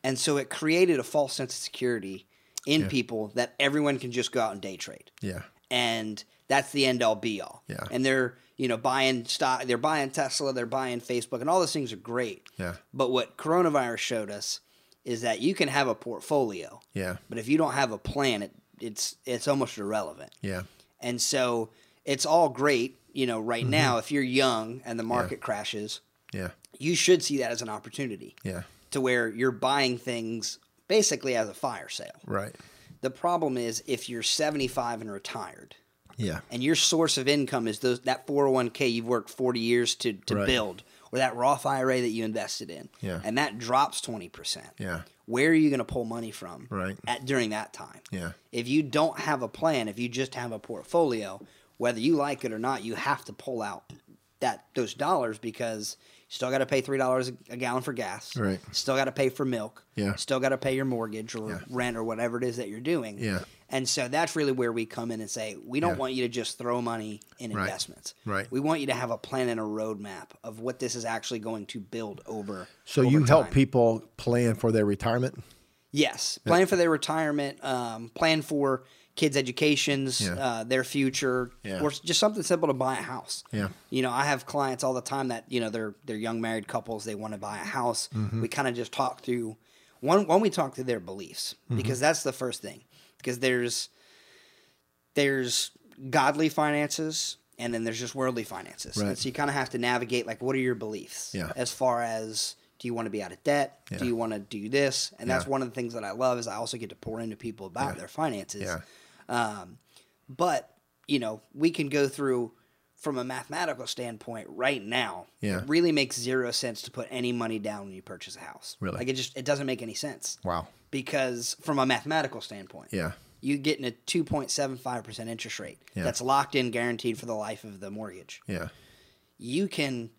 Speaker 2: And so it created a false sense of security in people that everyone can just go out and day trade
Speaker 1: Yeah.
Speaker 2: and that's the end all be all.
Speaker 1: Yeah.
Speaker 2: And they're you know buying stock, they're buying Tesla, they're buying Facebook, and all those things are great.
Speaker 1: Yeah.
Speaker 2: But what coronavirus showed us is that you can have a portfolio.
Speaker 1: Yeah.
Speaker 2: But if you don't have a plan, it, it's it's almost irrelevant.
Speaker 1: Yeah.
Speaker 2: And so it's all great, you know, right now if you're young and the market crashes,
Speaker 1: Yeah.
Speaker 2: you should see that as an opportunity
Speaker 1: Yeah.
Speaker 2: to where you're buying things basically as a fire sale.
Speaker 1: Right.
Speaker 2: The problem is if you're 75 and retired,
Speaker 1: Yeah.
Speaker 2: and your source of income is those that 401k you've worked 40 years to, to
Speaker 1: Right.
Speaker 2: build or that Roth IRA that you invested in.
Speaker 1: Yeah.
Speaker 2: And that drops 20%.
Speaker 1: Yeah.
Speaker 2: Where are you going to pull money from
Speaker 1: Right.
Speaker 2: at, during that time?
Speaker 1: Yeah.
Speaker 2: If you don't have a plan, if you just have a portfolio, whether you like it or not, you have to pull out that those dollars because you still got to pay $3 a gallon for gas.
Speaker 1: Right.
Speaker 2: Still got to pay for milk.
Speaker 1: Yeah.
Speaker 2: Still got to pay your mortgage or
Speaker 1: Yeah.
Speaker 2: rent or whatever it is that you're doing.
Speaker 1: Yeah.
Speaker 2: And so that's really where we come in and say, we don't
Speaker 1: Yeah.
Speaker 2: want you to just throw money in
Speaker 1: Right.
Speaker 2: investments.
Speaker 1: Right.
Speaker 2: We want you to have a plan and a roadmap of what this is actually going to build over.
Speaker 1: So
Speaker 2: over
Speaker 1: you help
Speaker 2: time.
Speaker 1: people plan for their retirement?
Speaker 2: Yes. Plan for their retirement, um, plan for kids' educations,
Speaker 1: Yeah.
Speaker 2: uh, their future,
Speaker 1: Yeah.
Speaker 2: or s- just something simple to buy a house.
Speaker 1: Yeah.
Speaker 2: You know, I have clients all the time that, you know, they're, they're young married couples, they want to buy a house.
Speaker 1: Mm-hmm.
Speaker 2: We kind of just talk through, one, one, we talk through their beliefs
Speaker 1: Mm-hmm.
Speaker 2: because that's the first thing. Because there's, there's godly finances and then there's just worldly finances.
Speaker 1: Right.
Speaker 2: And so you kind of have to navigate like what are your beliefs
Speaker 1: Yeah.
Speaker 2: as far as do you want to be out of debt? Do you want to do this? And that's
Speaker 1: Yeah.
Speaker 2: one of the things that I love is I also get to pour into people about their finances.
Speaker 1: Yeah.
Speaker 2: Um, but you know, we can go through from a mathematical standpoint right now.
Speaker 1: Yeah.
Speaker 2: It really makes zero sense to put any money down when you purchase a house.
Speaker 1: Really?
Speaker 2: Like it just it doesn't make any sense.
Speaker 1: Wow.
Speaker 2: Because from a mathematical standpoint
Speaker 1: Yeah.
Speaker 2: you getting a 2.75% interest rate that's locked in guaranteed for the life of the mortgage.
Speaker 1: Yeah.
Speaker 2: You can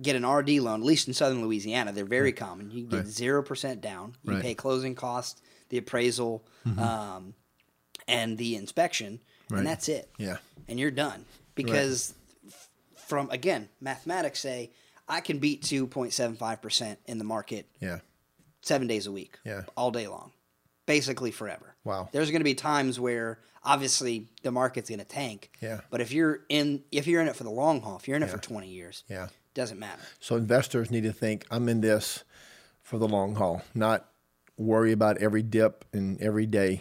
Speaker 2: get an RD loan, at least in southern Louisiana, they're very common. You can get 0% down. You
Speaker 1: Right. Mm-hmm.
Speaker 2: pay closing costs, the appraisal, um, and the inspection, and that's it.
Speaker 1: Yeah.
Speaker 2: And you're done. Because f- from, again, mathematics say, I can beat 2.75% in the market
Speaker 1: Yeah.
Speaker 2: seven days a week,
Speaker 1: Yeah.
Speaker 2: all day long, basically forever.
Speaker 1: Wow.
Speaker 2: There's going to be times where obviously the market's going to tank.
Speaker 1: Yeah.
Speaker 2: But if you're in, if you're in it for the long haul, if you're in it for 20 years,
Speaker 1: Yeah.
Speaker 2: doesn't matter.
Speaker 1: So investors need to think I'm in this for the long haul, not worry about every dip and every day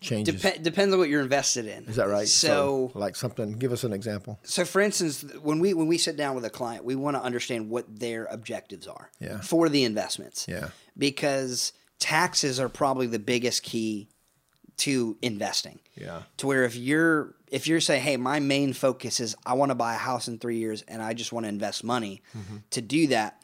Speaker 1: changes.
Speaker 2: Dep- depends on what you're invested in.
Speaker 1: Is that right?
Speaker 2: So,
Speaker 1: like something, give us an example.
Speaker 2: so for instance, when we when we sit down with a client, we want to understand what their objectives are
Speaker 1: Yeah.
Speaker 2: for the investments.
Speaker 1: Yeah.
Speaker 2: Because taxes are probably the biggest key to investing.
Speaker 1: Yeah.
Speaker 2: to where if you're if you're saying hey my main focus is i want to buy a house in three years and i just want to invest money
Speaker 1: Mm-hmm.
Speaker 2: to do that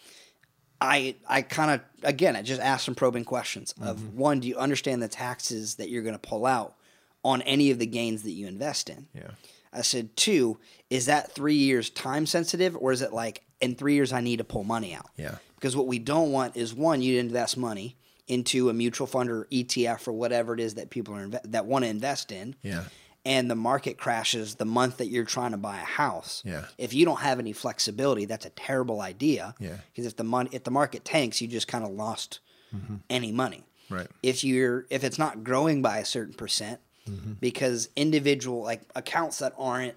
Speaker 2: i i kind of again i just ask some probing questions of
Speaker 1: Mm-hmm.
Speaker 2: one do you understand the taxes that you're going to pull out on any of the gains that you invest in
Speaker 1: Yeah.
Speaker 2: i said two is that three years time sensitive or is it like in three years i need to pull money out
Speaker 1: Yeah.
Speaker 2: because what we don't want is one you to invest money into a mutual fund or ETF or whatever it is that people are inve- that want to invest in.
Speaker 1: Yeah.
Speaker 2: And the market crashes the month that you're trying to buy a house.
Speaker 1: Yeah.
Speaker 2: If you don't have any flexibility, that's a terrible idea.
Speaker 1: Yeah.
Speaker 2: Because if the mon- if the market tanks, you just kind of lost
Speaker 1: Mm-hmm.
Speaker 2: any money.
Speaker 1: Right.
Speaker 2: If you're if it's not growing by a certain percent,
Speaker 1: Mm-hmm.
Speaker 2: because individual like accounts that aren't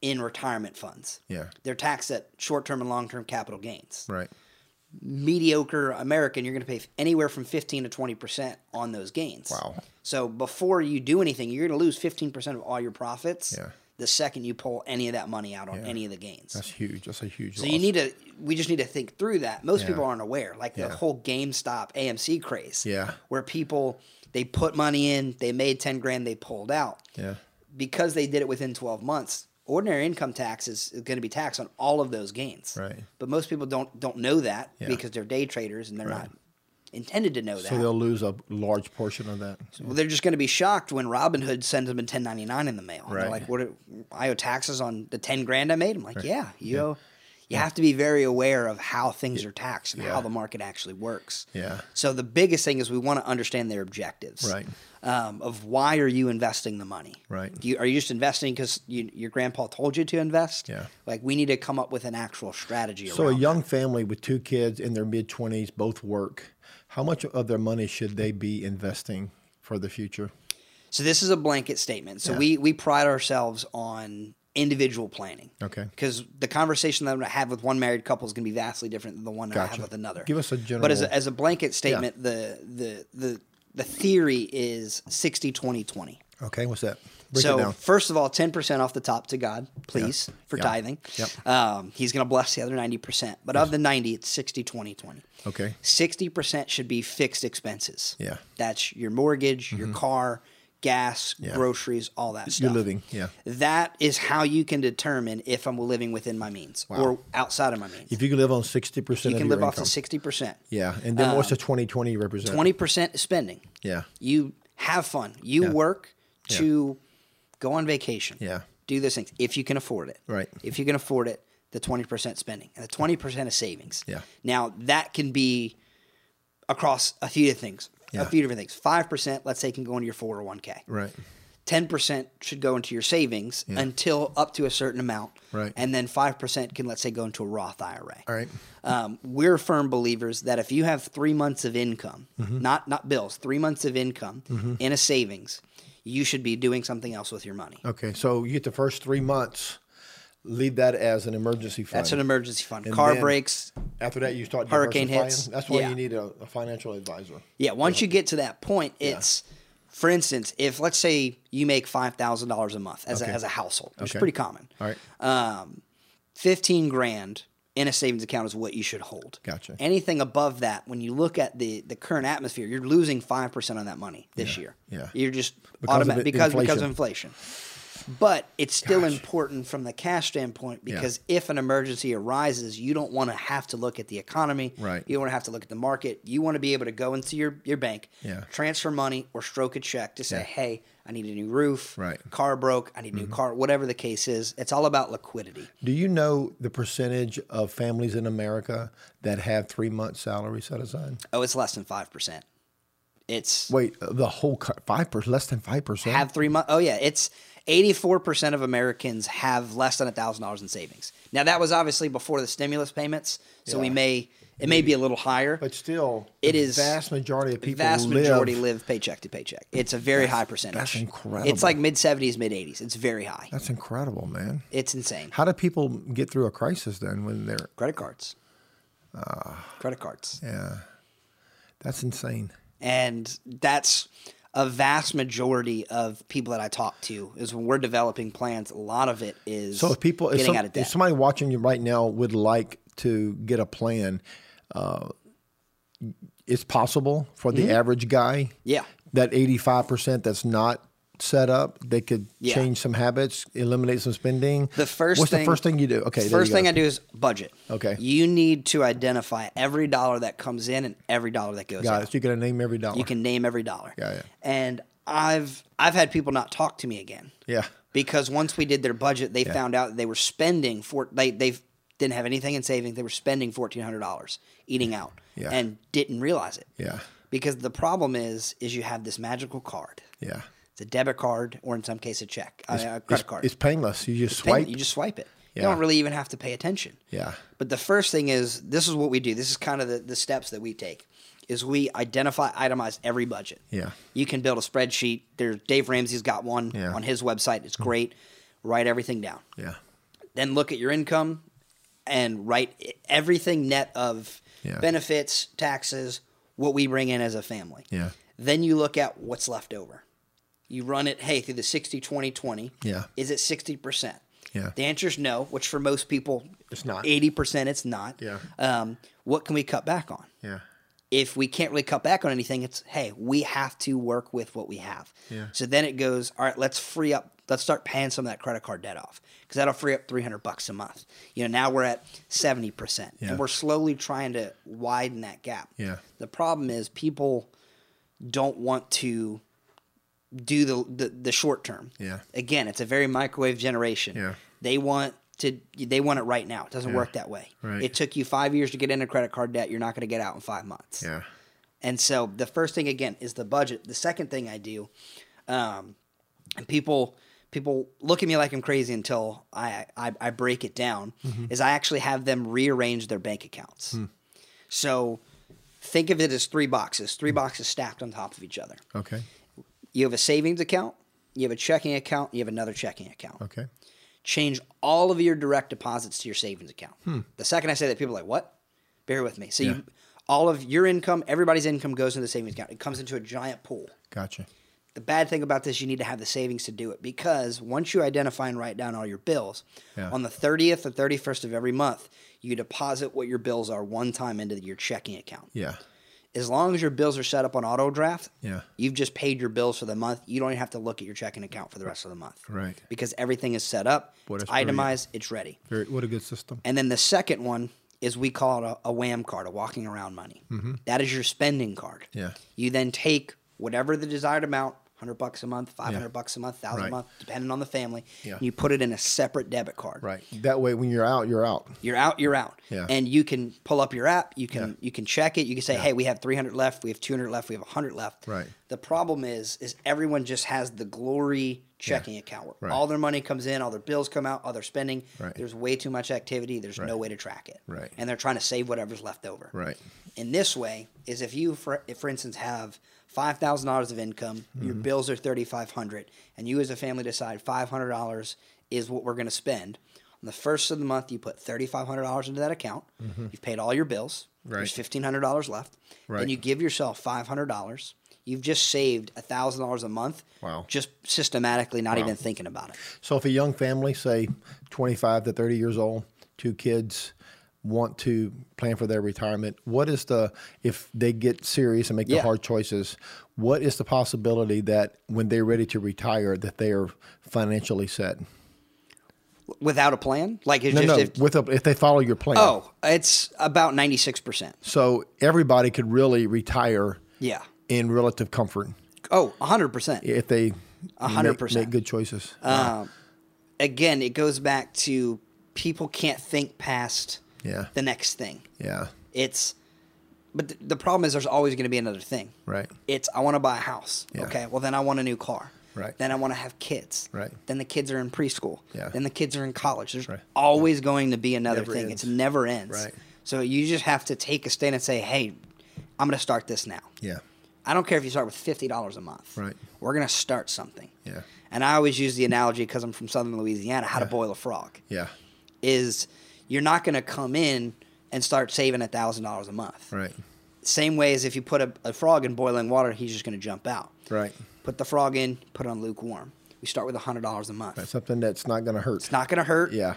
Speaker 2: in retirement funds,
Speaker 1: Yeah.
Speaker 2: they're taxed at short term and long term capital gains
Speaker 1: Right.
Speaker 2: mediocre American, you're going to pay anywhere from 15 to 20% on those gains.
Speaker 1: Wow.
Speaker 2: So before you do anything, you're going to lose 15% of all your profits
Speaker 1: Yeah.
Speaker 2: the second you pull any of that money out on
Speaker 1: Yeah.
Speaker 2: any of the gains.
Speaker 1: That's huge. That's a huge.
Speaker 2: so you need to, we just need to think through that. Most
Speaker 1: Yeah.
Speaker 2: people aren't aware, like the
Speaker 1: Yeah.
Speaker 2: whole GameStop AMC craze.
Speaker 1: Yeah.
Speaker 2: Where people, they put money in, they made 10 grand, they pulled out.
Speaker 1: Yeah.
Speaker 2: Because they did it within 12 months, ordinary income tax is going to be taxed on all of those gains.
Speaker 1: Right.
Speaker 2: But most people don't don't know that
Speaker 1: Yeah.
Speaker 2: because they're day traders and they're not intended to know that.
Speaker 1: So they'll lose a large portion of that.
Speaker 2: well, they're just going to be shocked when Robinhood sends them a 1099 in the mail. They're
Speaker 1: Right.
Speaker 2: like, what? do- I owe taxes on the 10 grand I made. I'm like, yeah, you owe. You have to be very aware of how things are taxed and
Speaker 1: Yeah.
Speaker 2: how the market actually works.
Speaker 1: Yeah.
Speaker 2: So the biggest thing is we want to understand their objectives.
Speaker 1: Right.
Speaker 2: Um, of why are you investing the money?
Speaker 1: Right.
Speaker 2: Do you, are you just investing because you, your grandpa told you to invest?
Speaker 1: Yeah.
Speaker 2: Like we need to come up with an actual strategy.
Speaker 1: So a
Speaker 2: around
Speaker 1: young family with two kids in their mid twenties, both work. How much of their money should they be investing for the future?
Speaker 2: So this is a blanket statement. So we we pride ourselves on individual planning.
Speaker 1: Okay.
Speaker 2: Because the conversation that I'm going to have with one married couple is going to be vastly different than the one that I have
Speaker 1: Gotcha.
Speaker 2: with another.
Speaker 1: Give us a
Speaker 2: But as
Speaker 1: general-
Speaker 2: a, as a blanket statement, the the the the theory is 60 20 20.
Speaker 1: Okay. What's that? Break
Speaker 2: so
Speaker 1: it down.
Speaker 2: first of all, ten percent off the top to God, please, for
Speaker 1: Yeah.
Speaker 2: tithing.
Speaker 1: Yep.
Speaker 2: Um, he's going to bless the other ninety percent, but of the ninety, it's 60, 20, 20.
Speaker 1: Okay.
Speaker 2: Sixty percent should be fixed expenses.
Speaker 1: Yeah. Mm-hmm.
Speaker 2: that's your mortgage, your car, gas, groceries, all that stuff.
Speaker 1: You're living. Yeah.
Speaker 2: That is how you can determine if I'm living within my means or outside of my means.
Speaker 1: If you can live on sixty percent,
Speaker 2: you
Speaker 1: of
Speaker 2: can
Speaker 1: your
Speaker 2: live off
Speaker 1: income.
Speaker 2: to sixty percent.
Speaker 1: Yeah, and then what's the twenty twenty represent?
Speaker 2: Twenty percent is spending.
Speaker 1: Yeah.
Speaker 2: You have fun. You work to go on vacation.
Speaker 1: Yeah.
Speaker 2: Do those things if you can afford it.
Speaker 1: Right.
Speaker 2: If you can afford it, the twenty percent spending and the twenty percent of savings.
Speaker 1: Yeah.
Speaker 2: Now that can be across a few things.
Speaker 1: Yeah.
Speaker 2: A few different things. Five percent, let's say, can go into your four hundred one k.
Speaker 1: Right.
Speaker 2: ten percent should go into your savings until up to a certain amount,
Speaker 1: Right.
Speaker 2: And then five percent can, let's say, go into a Roth IRA.
Speaker 1: All right.
Speaker 2: Um, we're firm believers that if you have three months of income,
Speaker 1: Mm-hmm.
Speaker 2: not not bills, three months of income in a savings, you should be doing something else with your money.
Speaker 1: Okay. So you get the first three months, leave that as an emergency fund.
Speaker 2: That's an emergency fund. Car
Speaker 1: then-
Speaker 2: breaks.
Speaker 1: After that, you start
Speaker 2: Hurricane
Speaker 1: diversifying.
Speaker 2: hits.
Speaker 1: That's why
Speaker 2: Yeah.
Speaker 1: you need a, a financial advisor.
Speaker 2: Yeah. Once you get to that point, it's. For instance, if let's say you make five thousand dollars a month as,
Speaker 1: Okay.
Speaker 2: a, as a household, which
Speaker 1: Okay.
Speaker 2: is pretty common,
Speaker 1: All right.
Speaker 2: um, 15 grand in a savings account is what you should hold.
Speaker 1: Gotcha.
Speaker 2: Anything above that, when you look at the, the current atmosphere, you're losing 5% on that money this year.
Speaker 1: yeah.
Speaker 2: You're just
Speaker 1: Because of
Speaker 2: automatic
Speaker 1: it-
Speaker 2: because, because of inflation. But it's still important from the cash standpoint because if an emergency arises, you don't want to have to look at the economy.
Speaker 1: Right.
Speaker 2: You don't want to have to look at the market. You want to be able to go into your, your bank,
Speaker 1: Yeah.
Speaker 2: transfer money or stroke a check to say, hey, I need a new roof.
Speaker 1: Right. Mm-hmm.
Speaker 2: Car broke. I need a new car. Whatever the case is, it's all about liquidity.
Speaker 1: Do you know the percentage of families in America that have three months' salary set aside?
Speaker 2: Oh, it's less than five percent. It's
Speaker 1: Wait, uh, the whole cut, five percent, less than five percent.
Speaker 2: have three months. Oh yeah, it's eighty-four percent of Americans have less than thousand dollars in savings. Now that was obviously before the stimulus payments, so we
Speaker 1: Yeah.
Speaker 2: may it may be a little higher.
Speaker 1: But still,
Speaker 2: It
Speaker 1: the
Speaker 2: is-
Speaker 1: vast majority of
Speaker 2: the
Speaker 1: people
Speaker 2: vast
Speaker 1: live.
Speaker 2: majority live paycheck to paycheck. It's a very high percentage.
Speaker 1: incredible.
Speaker 2: It's like mid seventies, mid eighties. It's very high.
Speaker 1: That's incredible, man.
Speaker 2: It's insane.
Speaker 1: How do people get through a crisis then when they're?
Speaker 2: Credit cards.
Speaker 1: Uh,
Speaker 2: Credit cards.
Speaker 1: Yeah, that's insane.
Speaker 2: And that's a vast majority of people that I talk to is when we're developing plans. A lot of it is
Speaker 1: So if people, if,
Speaker 2: getting
Speaker 1: some-
Speaker 2: out of
Speaker 1: if
Speaker 2: debt.
Speaker 1: somebody watching you right now would like to get a plan, uh, it's possible for the average guy.
Speaker 2: Mm-hmm. Yeah.
Speaker 1: That eighty-five percent that's not set up, they could
Speaker 2: Yeah.
Speaker 1: change some habits, eliminate some spending.
Speaker 2: The first
Speaker 1: What's
Speaker 2: thing-
Speaker 1: the first thing you do? Okay. there
Speaker 2: First
Speaker 1: you go.
Speaker 2: thing I do is budget.
Speaker 1: Okay.
Speaker 2: You need to identify every dollar that comes in and every dollar that goes
Speaker 1: Got
Speaker 2: out.
Speaker 1: it. So you got to name every dollar.
Speaker 2: You can name every dollar.
Speaker 1: Yeah, yeah.
Speaker 2: And I've I've had people not talk to me again.
Speaker 1: Yeah.
Speaker 2: Because once we did their budget, they found out they were spending for they they didn't have anything in savings. They were spending fourteen hundred dollars eating out
Speaker 1: Yeah.
Speaker 2: and didn't realize it.
Speaker 1: Yeah.
Speaker 2: because the problem is is you have this magical card.
Speaker 1: Yeah.
Speaker 2: It's a debit card or in some case a check, I mean, a credit
Speaker 1: it's,
Speaker 2: card.
Speaker 1: It's painless. You just
Speaker 2: Payment,
Speaker 1: swipe.
Speaker 2: You just swipe it. You
Speaker 1: Yeah.
Speaker 2: don't really even have to pay attention.
Speaker 1: yeah.
Speaker 2: But the first thing is this is what we do. This is kind of the, the steps that we take is we identify itemize every budget.
Speaker 1: Yeah.
Speaker 2: You can build a spreadsheet. There's Dave Ramsey's got one
Speaker 1: Yeah. Mm.
Speaker 2: on his website. It's great. Write everything down.
Speaker 1: Yeah.
Speaker 2: Then look at your income and write i- everything net of
Speaker 1: Yeah.
Speaker 2: benefits, taxes, what we bring in as a family.
Speaker 1: Yeah.
Speaker 2: Then you look at what's left over. You run it, hey, through the 60 20 20.
Speaker 1: Yeah.
Speaker 2: Is it 60%?
Speaker 1: Yeah.
Speaker 2: The answer is no, which for most people,
Speaker 1: It's not.
Speaker 2: 80% it's not.
Speaker 1: Yeah.
Speaker 2: Um, what can we cut back on?
Speaker 1: Yeah.
Speaker 2: If we can't really cut back on anything, it's, hey, we have to work with what we have.
Speaker 1: Yeah.
Speaker 2: So then it goes, all right, let's free up, let's start paying some of that credit card debt off because that'll free up 300 bucks a month. You know, now we're at 70%.
Speaker 1: Yeah.
Speaker 2: And we're slowly trying to widen that gap.
Speaker 1: Yeah.
Speaker 2: The problem is people don't want to do the the, the short term.
Speaker 1: Yeah.
Speaker 2: Again, it's a very microwave generation.
Speaker 1: Yeah.
Speaker 2: They want to they want it right now. It doesn't work that way.
Speaker 1: Right.
Speaker 2: It took you 5 years to get into credit card debt. You're not going to get out in 5 months.
Speaker 1: Yeah.
Speaker 2: And so the first thing again is the budget. The second thing I do um and people people look at me like I'm crazy until I I, I break it down is I actually have them rearrange their bank accounts. So think of it as three boxes, three boxes stacked on top of each other.
Speaker 1: Okay.
Speaker 2: You have a savings account, you have a checking account, you have another checking account.
Speaker 1: Okay.
Speaker 2: Change all of your direct deposits to your savings account. The second I say that, people are like, "What?" Bear with me. So you, all of your income, everybody's income goes into the savings account. It comes into a giant pool.
Speaker 1: Gotcha.
Speaker 2: The bad thing about this, you need to have the savings to do it because once you identify and write down all your bills,
Speaker 1: Yeah.
Speaker 2: on the 30th or 31st of every month, you deposit what your bills are one time into your checking account.
Speaker 1: Yeah.
Speaker 2: As long as your bills are set up on auto draft,
Speaker 1: Yeah.
Speaker 2: you've just paid your bills for the month. You don't even have to look at your checking account for the rest of the month.
Speaker 1: Right.
Speaker 2: Because everything is set up,
Speaker 1: Boy,
Speaker 2: it's
Speaker 1: that's brilliant.
Speaker 2: itemized, it's ready.
Speaker 1: Very, what a good system.
Speaker 2: And then the second one is we call it a, a wham card, a walking around money. That is your spending card.
Speaker 1: Mm-hmm. Yeah.
Speaker 2: You then take whatever the desired amount, hundred bucks a month, five hundred
Speaker 1: Yeah.
Speaker 2: bucks a month, thousand
Speaker 1: Right.
Speaker 2: a month, depending on the family.
Speaker 1: Yeah.
Speaker 2: and you put it in a separate debit card.
Speaker 1: Right. That way, when you're out, you're out.
Speaker 2: You're out, you're out.
Speaker 1: Yeah.
Speaker 2: And you can pull up your app, you can you can check it, you can say, "Hey, we have 300 left, we have 200 left, we have 100 left."
Speaker 1: Right.
Speaker 2: The problem is is everyone just has the glory checking account where
Speaker 1: Right.
Speaker 2: all their money comes in, all their bills come out, all their spending.
Speaker 1: Right.
Speaker 2: There's way too much activity, there's no way to track it.
Speaker 1: Right.
Speaker 2: And they're trying to save whatever's left over.
Speaker 1: Right.
Speaker 2: In this way is if you for, if for instance have $5,000 of income, your
Speaker 1: Mm-hmm.
Speaker 2: bills are 3500 and you as a family decide $500 is what we're going to spend. On the first of the month you put $3500 into that account.
Speaker 1: Mm-hmm.
Speaker 2: You've paid all your bills. There's $1500 left.
Speaker 1: Right.
Speaker 2: And you give yourself $500. You've just saved $1000 a month.
Speaker 1: Wow.
Speaker 2: Just systematically not even thinking about it.
Speaker 1: So, if a young family, say 25 to 30 years old, two kids, want to plan for their retirement, what is the, if they get serious and make the
Speaker 2: Yeah.
Speaker 1: hard choices, what is the possibility that when they're ready to retire, that they are financially set?
Speaker 2: W- Without a plan? Like it's
Speaker 1: No,
Speaker 2: just
Speaker 1: no,
Speaker 2: if,
Speaker 1: with a, if they follow your plan.
Speaker 2: Oh, it's about 96%.
Speaker 1: So, everybody could really retire
Speaker 2: Yeah.
Speaker 1: in relative comfort
Speaker 2: Oh, 100%.
Speaker 1: if they
Speaker 2: A hundred
Speaker 1: make-
Speaker 2: percent. Uh.
Speaker 1: make good choices.
Speaker 2: again, it goes back to people can't think past
Speaker 1: Yeah.
Speaker 2: the next thing.
Speaker 1: yeah.
Speaker 2: It's, but th- the problem is there's always going to be another thing.
Speaker 1: Right.
Speaker 2: It's I want to buy a house.
Speaker 1: Yeah.
Speaker 2: Okay. Well, then I want a new car.
Speaker 1: Right.
Speaker 2: Then I want to have kids.
Speaker 1: Right.
Speaker 2: Then the kids are in preschool.
Speaker 1: Yeah.
Speaker 2: Then the kids are in college. There's
Speaker 1: Right.
Speaker 2: always going to be another
Speaker 1: Never
Speaker 2: thing.
Speaker 1: ends.
Speaker 2: It's never ends.
Speaker 1: Right.
Speaker 2: So you just have to take a stand and say, hey, I'm going to start this now.
Speaker 1: Yeah.
Speaker 2: I don't care if you start with fifty dollars a month.
Speaker 1: Right.
Speaker 2: We're gonna start something.
Speaker 1: Yeah.
Speaker 2: And I always use the analogy because I'm from Southern Louisiana. How to boil a frog
Speaker 1: Yeah.
Speaker 2: is you're not gonna come in and start saving a thousand dollars a month.
Speaker 1: Right.
Speaker 2: Same way as if you put a, a frog in boiling water, he's just gonna jump out.
Speaker 1: Right.
Speaker 2: Put the frog in, put it on lukewarm. We start with hundred dollars a month.
Speaker 1: That's something that's not going to hurt.
Speaker 2: it's not gonna hurt.
Speaker 1: yeah.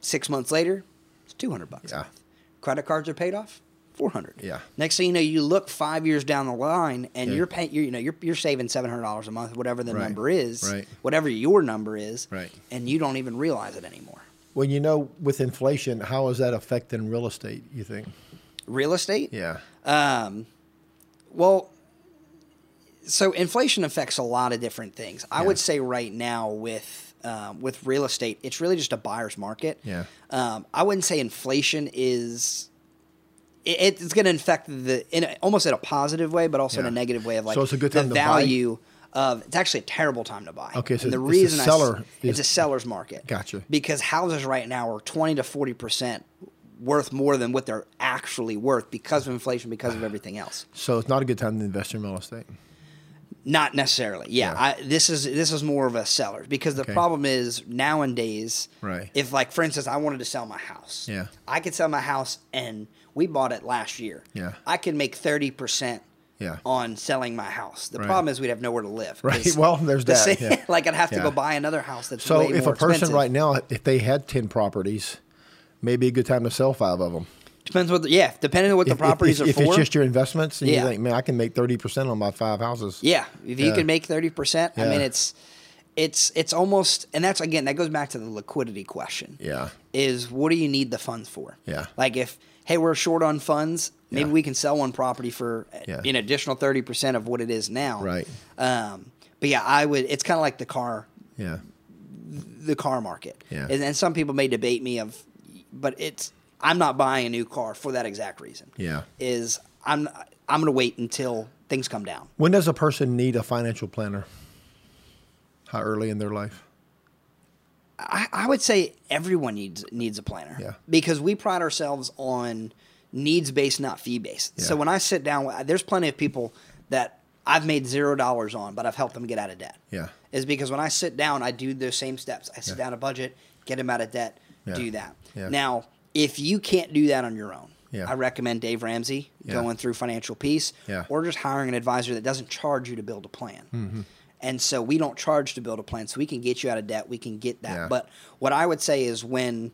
Speaker 2: Six months later, it's two hundred bucks. a
Speaker 1: Yeah.
Speaker 2: month. Credit cards are paid off. Four hundred.
Speaker 1: Yeah.
Speaker 2: Next thing you know, you look five years down the line, and
Speaker 1: Yeah.
Speaker 2: you're paying. You're, you know, you're you're saving seven hundred dollars a month, whatever the
Speaker 1: Right.
Speaker 2: number is,
Speaker 1: Right.
Speaker 2: whatever your number is,
Speaker 1: Right.
Speaker 2: And you don't even realize it anymore.
Speaker 1: Well, you know, with inflation, how is that affecting real estate? You think?
Speaker 2: Real estate.
Speaker 1: Yeah.
Speaker 2: Um, well, so inflation affects a lot of different things. I would say right now with um, with real estate, it's really just a buyer's market.
Speaker 1: Yeah.
Speaker 2: Um, I wouldn't say inflation is it, it's going to infect the in a, almost in a positive way, but also in
Speaker 1: Yeah.
Speaker 2: a negative way of like
Speaker 1: So it's a good time
Speaker 2: the
Speaker 1: to buy?
Speaker 2: value of it's actually a terrible time to buy.
Speaker 1: Okay, so
Speaker 2: and the
Speaker 1: it's a
Speaker 2: reason I s-
Speaker 1: seller
Speaker 2: it's a
Speaker 1: is-
Speaker 2: seller's market.
Speaker 1: Gotcha.
Speaker 2: Because houses right now are twenty to forty percent worth more than what they're actually worth because of inflation, because of everything else.
Speaker 1: So it's not a good time to invest in real estate.
Speaker 2: Not necessarily. Yeah,
Speaker 1: Yeah.
Speaker 2: I, this is this is more of a seller because the
Speaker 1: Okay.
Speaker 2: problem is nowadays.
Speaker 1: Right.
Speaker 2: If like for instance, I wanted to sell my house.
Speaker 1: Yeah.
Speaker 2: I could sell my house, and we bought it last year.
Speaker 1: Yeah.
Speaker 2: I could make thirty percent.
Speaker 1: Yeah.
Speaker 2: On selling my house. The
Speaker 1: Right.
Speaker 2: problem is we'd have nowhere to live. 'cause
Speaker 1: Right. Well, there's
Speaker 2: the
Speaker 1: that,
Speaker 2: same-
Speaker 1: yeah.
Speaker 2: like I'd have to
Speaker 1: Yeah.
Speaker 2: go buy another house that's
Speaker 1: So
Speaker 2: way
Speaker 1: if
Speaker 2: more
Speaker 1: a person
Speaker 2: expensive.
Speaker 1: right now, if they had ten properties, maybe a good time to sell five of them.
Speaker 2: depends what the, yeah depending on what the
Speaker 1: If- if-
Speaker 2: properties
Speaker 1: if,
Speaker 2: are
Speaker 1: if
Speaker 2: for.
Speaker 1: it's just your investments, and
Speaker 2: Yeah.
Speaker 1: you think, man, I can make thirty percent on my five houses.
Speaker 2: Yeah, if you
Speaker 1: Yeah.
Speaker 2: can make thirty percent, I
Speaker 1: Yeah.
Speaker 2: mean it's it's it's almost and that's again that goes back to the liquidity question.
Speaker 1: Yeah.
Speaker 2: Is what do you need the funds for?
Speaker 1: Yeah.
Speaker 2: Like if hey we're short on funds, maybe
Speaker 1: Yeah.
Speaker 2: we can sell one property for uh,
Speaker 1: Yeah.
Speaker 2: an additional thirty percent of what it is now.
Speaker 1: Right.
Speaker 2: Um, but yeah, I would. It's kind of like the car
Speaker 1: Yeah.
Speaker 2: the car market.
Speaker 1: Yeah.
Speaker 2: And, and some people may debate me of, but it's I'm not buying a new car for that exact reason.
Speaker 1: Yeah.
Speaker 2: Is I'm I'm gonna wait until things come down.
Speaker 1: When does a person need a financial planner? How early in their life?
Speaker 2: I, I would say everyone needs needs a planner.
Speaker 1: Yeah.
Speaker 2: Because we pride ourselves on needs based, not fee based. So
Speaker 1: Yeah.
Speaker 2: when I sit down, with- there's plenty of people that I've made zero dollars on, but I've helped them get out of debt.
Speaker 1: Yeah.
Speaker 2: Is because when I sit down, I do those same steps. I sit
Speaker 1: Yeah.
Speaker 2: down a budget, get them out of debt,
Speaker 1: Yeah.
Speaker 2: do that.
Speaker 1: Yeah.
Speaker 2: Now, if you can't do that on your own,
Speaker 1: Yeah.
Speaker 2: I recommend Dave Ramsey going through financial peace
Speaker 1: Yeah. Mm-hmm.
Speaker 2: or just hiring an advisor that doesn't charge you to build a plan. And so we don't charge to build a plan. So we can get you out of debt. We can get that.
Speaker 1: Yeah.
Speaker 2: But what I would say is when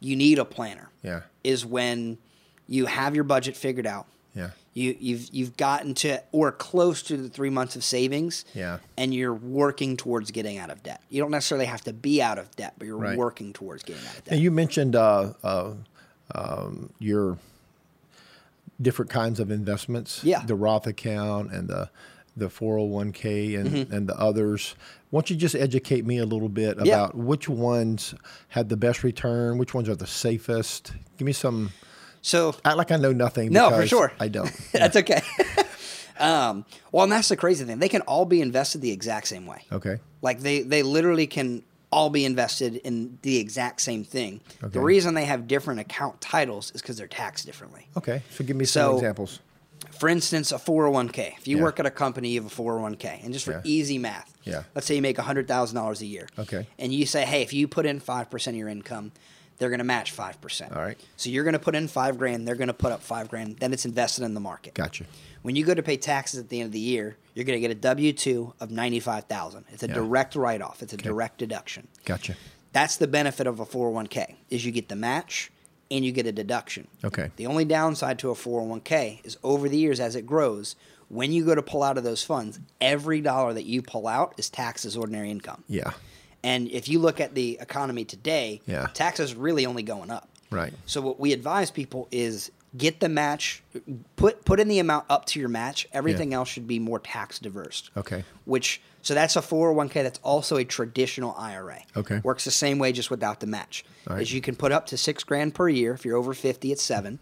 Speaker 2: you need a planner
Speaker 1: Yeah.
Speaker 2: is when you have your budget figured out.
Speaker 1: Yeah.
Speaker 2: You, you've you've gotten to or close to the three months of savings,
Speaker 1: Yeah.
Speaker 2: and you're working towards getting out of debt. You don't necessarily have to be out of debt, but you're
Speaker 1: Right.
Speaker 2: working towards getting out of
Speaker 1: Now
Speaker 2: debt.
Speaker 1: you mentioned uh, uh, um, your different kinds of investments.
Speaker 2: Yeah.
Speaker 1: The Roth account and the the 401k and, and the others. Why don't you just educate me a little bit about
Speaker 2: Mm-hmm. Yeah.
Speaker 1: which ones had the best return, which ones are the safest? Give me some.
Speaker 2: So
Speaker 1: Act like I know nothing.
Speaker 2: No, for
Speaker 1: because
Speaker 2: sure.
Speaker 1: I don't.
Speaker 2: that's okay. um, well, and that's the crazy thing; they can all be invested the exact same way.
Speaker 1: Okay.
Speaker 2: Like they they literally can all be invested in the exact same thing.
Speaker 1: Okay.
Speaker 2: The reason they have different account titles is because they're taxed differently.
Speaker 1: Okay. So give me some
Speaker 2: So-
Speaker 1: examples.
Speaker 2: For instance, a 401k. If you
Speaker 1: Yeah.
Speaker 2: work at a company, you have a 401k. And just for
Speaker 1: Yeah.
Speaker 2: easy math,
Speaker 1: Yeah.
Speaker 2: let's say you make $100,000 a year.
Speaker 1: Okay.
Speaker 2: And you say, hey, if you put in 5% of your income, they're going to match 5%.
Speaker 1: All right.
Speaker 2: So you're going to put in 5 grand, they're going to put up 5 grand, then it's invested in the market.
Speaker 1: Gotcha.
Speaker 2: When you go to pay taxes at the end of the year, you're going to get a W-2 of 95,000. It's a
Speaker 1: Yeah.
Speaker 2: direct write-off. It's a direct deduction.
Speaker 1: Gotcha.
Speaker 2: That's the benefit of a 401k is you get the match and you get a deduction.
Speaker 1: Okay.
Speaker 2: The only downside to a 401k is over the years as it grows, when you go to pull out of those funds, every dollar that you pull out is taxed as ordinary income.
Speaker 1: Yeah.
Speaker 2: And if you look at the economy today,
Speaker 1: Yeah.
Speaker 2: taxes really only going up.
Speaker 1: Right.
Speaker 2: So what we advise people is get the match, put put in the amount up to your match. Everything else should be more tax diverse.
Speaker 1: Okay.
Speaker 2: Which so that's a 401k that's also a traditional IRA.
Speaker 1: Okay.
Speaker 2: Works the same way just without the match.
Speaker 1: All right.
Speaker 2: Is you can put up to six grand per year. If you're over 50, it's 7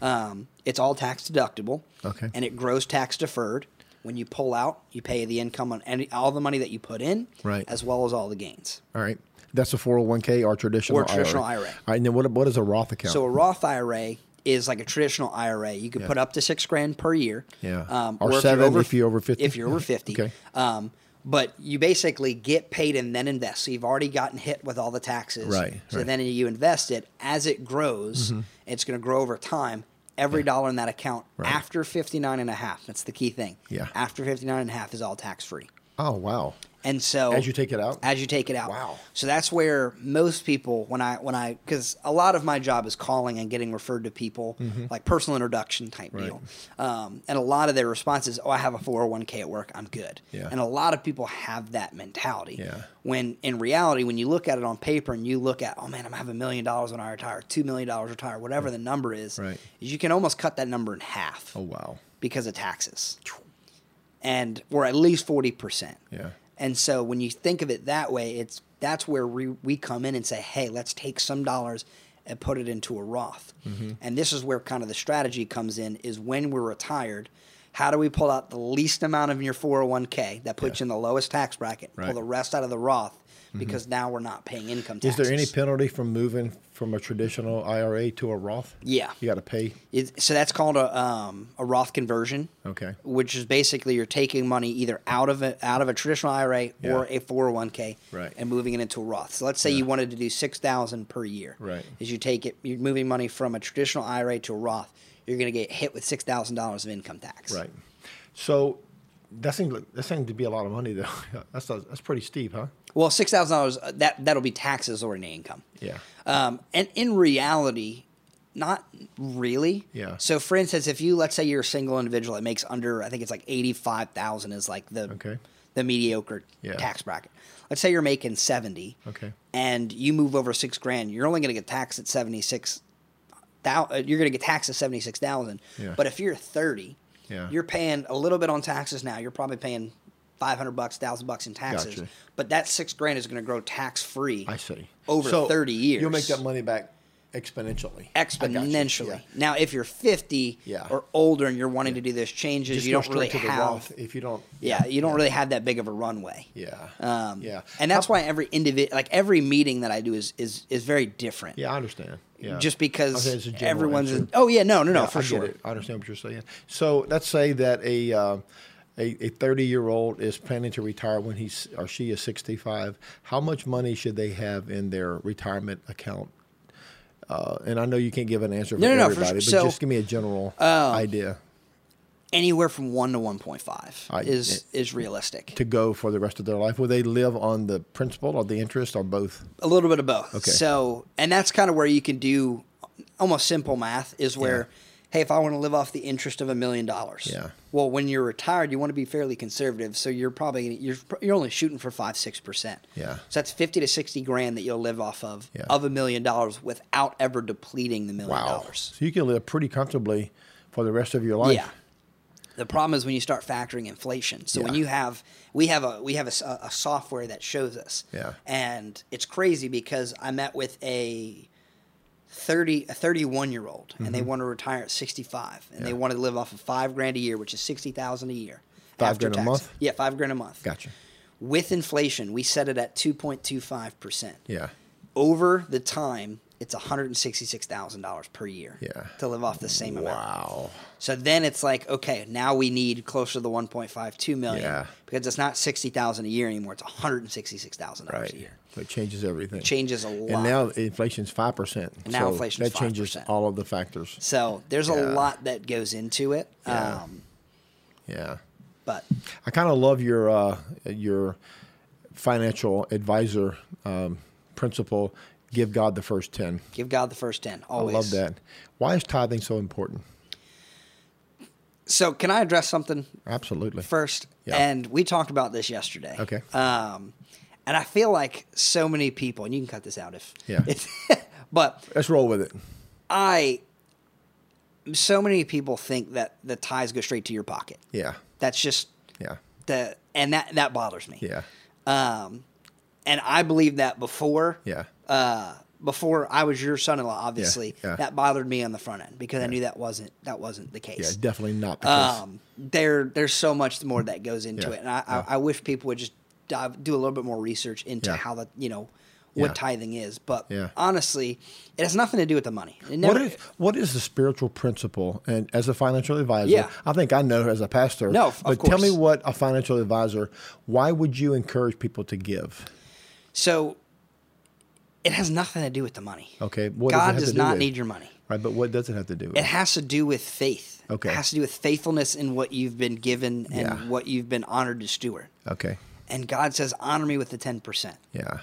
Speaker 2: Um, it's all tax deductible.
Speaker 1: Mm-hmm. Okay.
Speaker 2: And it grows tax deferred. When you pull out, you pay the income on any, all the money that you put in,
Speaker 1: Right.
Speaker 2: as well as all the gains.
Speaker 1: All right. That's a 401k or traditional
Speaker 2: Or traditional IRA.
Speaker 1: All right. And then what, what is a Roth account?
Speaker 2: So a Roth IRA is like a traditional IRA. You can put up to six grand per year.
Speaker 1: Yeah.
Speaker 2: Um,
Speaker 1: Or
Speaker 2: if
Speaker 1: seven if you're over 50.
Speaker 2: If you're over fifty.
Speaker 1: Okay.
Speaker 2: Um, but you basically get paid and then invest. So you've already gotten hit with all the taxes.
Speaker 1: Right,
Speaker 2: So
Speaker 1: right. Mm-hmm.
Speaker 2: then you invest it as it grows. It's going to grow over time. Every dollar in that account after 59 and a half. That's the key thing.
Speaker 1: Yeah.
Speaker 2: After 59 and a half is all tax free.
Speaker 1: oh, wow.
Speaker 2: And so
Speaker 1: As you take it out?
Speaker 2: as you take it out.
Speaker 1: Wow.
Speaker 2: So that's where most people when I when I cuz a lot of my job is calling and getting referred to people
Speaker 1: Mm-hmm.
Speaker 2: like personal introduction type deal. Um, and a lot of their response is, "Oh, I have a 401k at work. I'm good."
Speaker 1: Yeah.
Speaker 2: And a lot of people have that mentality.
Speaker 1: Yeah.
Speaker 2: When in reality when you look at it on paper and you look at, "Oh man, I'm gonna have a million dollars when I retire, 2 million dollars retire, whatever the number is."
Speaker 1: Right.
Speaker 2: You can almost cut that number in half
Speaker 1: Oh, wow.
Speaker 2: because of taxes. And or at least 40%.
Speaker 1: Yeah.
Speaker 2: And so when you think of it that way, it's that's where we, we come in and say, hey, let's take some dollars and put it into a Roth.
Speaker 1: Mm-hmm.
Speaker 2: And this is where kind of the strategy comes in is when we're retired, how do we pull out the least amount of your 401k that puts you in the lowest tax bracket,
Speaker 1: Right. Mm-hmm.
Speaker 2: pull the rest out of the Roth because now we're not paying income
Speaker 1: Is
Speaker 2: taxes.
Speaker 1: there any penalty from moving from a traditional IRA to a Roth?
Speaker 2: Yeah.
Speaker 1: You got to pay.
Speaker 2: It, so that's called a, um, a Roth conversion.
Speaker 1: Okay.
Speaker 2: Which is basically you're taking money either out of a, out of a traditional IRA or a 401k
Speaker 1: Right.
Speaker 2: and moving it into a Roth. So let's say you wanted to do 6,000 per year.
Speaker 1: Right.
Speaker 2: Is you take it you're moving money from a traditional IRA to a Roth, you're going to get hit with $6,000 of income tax.
Speaker 1: Right. So that seems like- that seemed to be a lot of money though. that's that's pretty steep, huh?
Speaker 2: Well, $6,000 uh, that that'll be taxes or any income.
Speaker 1: Yeah.
Speaker 2: Um, and in reality, not really.
Speaker 1: Yeah.
Speaker 2: So, for instance, if you let's say you're a single individual that makes under, I think it's like eighty five thousand is like the
Speaker 1: Okay.
Speaker 2: the mediocre
Speaker 1: Yeah.
Speaker 2: tax bracket. Let's say you're making seventy.
Speaker 1: Okay.
Speaker 2: And you move over six grand, you're only going to get taxed at seventy six. You're going to get taxed at seventy six thousand.
Speaker 1: Yeah.
Speaker 2: But if you're thirty,
Speaker 1: Yeah.
Speaker 2: you're paying a little bit on taxes now. You're probably paying. Five hundred bucks, thousand bucks in taxes,
Speaker 1: Gotcha.
Speaker 2: but that six grand is going to grow tax free.
Speaker 1: I see.
Speaker 2: Over
Speaker 1: So
Speaker 2: thirty years,
Speaker 1: You'll make that money back exponentially. I got you.
Speaker 2: exponentially.
Speaker 1: Yeah.
Speaker 2: Now, if you're 50
Speaker 1: Yeah.
Speaker 2: or older and you're wanting to do those changes,
Speaker 1: Just
Speaker 2: you
Speaker 1: go
Speaker 2: don't really
Speaker 1: straight to the
Speaker 2: have.
Speaker 1: Roth if you don't.
Speaker 2: Yeah, you don't really have that big of a runway.
Speaker 1: Yeah.
Speaker 2: Um,
Speaker 1: yeah.
Speaker 2: And that's why every individual, like every meeting that I do, is is is very different.
Speaker 1: Yeah, I understand. Yeah. I
Speaker 2: Just
Speaker 1: think it's
Speaker 2: because
Speaker 1: a general
Speaker 2: everyone's.
Speaker 1: answer.
Speaker 2: in- oh yeah, no, no, no,
Speaker 1: Yeah,
Speaker 2: for
Speaker 1: I get
Speaker 2: sure.
Speaker 1: it. I understand what you're saying. So let's say that a uh, a a 30 year old is planning to retire when he's or she is 65. How much money should they have in their retirement account? Uh, and I know you can't give an answer for
Speaker 2: No, no, no, for
Speaker 1: everybody, but
Speaker 2: sure. So- um,
Speaker 1: just give me a general idea
Speaker 2: Anywhere from one to one point five
Speaker 1: I-
Speaker 2: is is realistic.
Speaker 1: to go for the rest of their life. Will they live on the principal or the interest or both?
Speaker 2: a little bit of both.
Speaker 1: Okay.
Speaker 2: So, and that's kind of where you can do almost simple math is where, hey, if I want to live off the interest of a million dollars,
Speaker 1: Yeah.
Speaker 2: Well, when you're retired, you want to be fairly conservative, so you're probably you're you're only shooting for five six percent.
Speaker 1: Yeah.
Speaker 2: So that's fifty to sixty grand that you'll live off of
Speaker 1: Yeah.
Speaker 2: of a million dollars without ever depleting the million dollars.
Speaker 1: So you can live pretty comfortably for the rest of your life.
Speaker 2: Yeah. The problem is when you start factoring inflation. So when
Speaker 1: Yeah.
Speaker 2: you have we have a we have a, s- a- a software that shows us.
Speaker 1: Yeah.
Speaker 2: And it's crazy because I met with a 30 a 31 year old and
Speaker 1: Mm-hmm.
Speaker 2: they want to retire at 65 and they want to live off of 5 grand a year, which is 60,000 a year.
Speaker 1: Five grand a
Speaker 2: tax.
Speaker 1: month?
Speaker 2: Yeah, 5 grand a month.
Speaker 1: Gotcha.
Speaker 2: With inflation, we set it at 2.25%.
Speaker 1: Yeah.
Speaker 2: Over the time, it's $166,000 per year
Speaker 1: Yeah.
Speaker 2: to live off the same amount.
Speaker 1: Wow.
Speaker 2: So then it's like, okay, now we need closer to the 1.5, 2 million
Speaker 1: Yeah.
Speaker 2: because it's not 60,000 a year anymore. It's $166,000
Speaker 1: Right.
Speaker 2: a year.
Speaker 1: So it changes everything.
Speaker 2: Changes a lot.
Speaker 1: And now inflation's five percent.
Speaker 2: And now
Speaker 1: so
Speaker 2: inflation's
Speaker 1: that changes
Speaker 2: 5%.
Speaker 1: all of the factors.
Speaker 2: so there's
Speaker 1: Yeah.
Speaker 2: a lot that goes into it.
Speaker 1: Yeah.
Speaker 2: Um,
Speaker 1: Yeah,
Speaker 2: but
Speaker 1: I kind of love your uh, your financial advisor um, principle. Give God the first ten.
Speaker 2: give God the first 10.
Speaker 1: I
Speaker 2: Always.
Speaker 1: love that. Why is tithing so important?
Speaker 2: So can I address something
Speaker 1: Absolutely.
Speaker 2: first?
Speaker 1: Yeah.
Speaker 2: And we talked about this yesterday.
Speaker 1: Okay.
Speaker 2: Um, and I feel like so many people, and you can cut this out if.
Speaker 1: Yeah.
Speaker 2: If, but
Speaker 1: Let's roll with it.
Speaker 2: I, so many people think that the ties go straight to your pocket.
Speaker 1: Yeah.
Speaker 2: That's just
Speaker 1: Yeah.
Speaker 2: the and that that bothers me.
Speaker 1: Yeah.
Speaker 2: Um, and I believed that before.
Speaker 1: Yeah.
Speaker 2: Uh, before I was your son-in-law, obviously
Speaker 1: yeah.
Speaker 2: that bothered me on the front end because I knew that wasn't that wasn't the
Speaker 1: Yeah.
Speaker 2: case.
Speaker 1: Definitely not because
Speaker 2: um, there there's so much more that goes into
Speaker 1: Yeah,
Speaker 2: it, and I, I, I wish people would just dive, do a little bit more research into
Speaker 1: Yeah.
Speaker 2: how the you know what
Speaker 1: Yeah.
Speaker 2: tithing is. But
Speaker 1: Yeah.
Speaker 2: honestly, it has nothing to do with the money.
Speaker 1: What
Speaker 2: It never-
Speaker 1: is what is the spiritual principle? And as a financial advisor,
Speaker 2: Yeah.
Speaker 1: I think I know as a pastor.
Speaker 2: No, of
Speaker 1: but tell me
Speaker 2: course.
Speaker 1: what a financial advisor. Why would you encourage people to give?
Speaker 2: so? It has nothing to do with the money.
Speaker 1: Okay, Oh, what does it
Speaker 2: God
Speaker 1: have to
Speaker 2: does
Speaker 1: do
Speaker 2: not
Speaker 1: with?
Speaker 2: need your Eh. money.
Speaker 1: Right, but what does it have to do? with
Speaker 2: It has to do with faith.
Speaker 1: Okay.
Speaker 2: It has to do with faithfulness in what you've been given and
Speaker 1: Yeah.
Speaker 2: what you've been honored to steward.
Speaker 1: Okay,
Speaker 2: And God says, honor me with the 10%.
Speaker 1: yeah,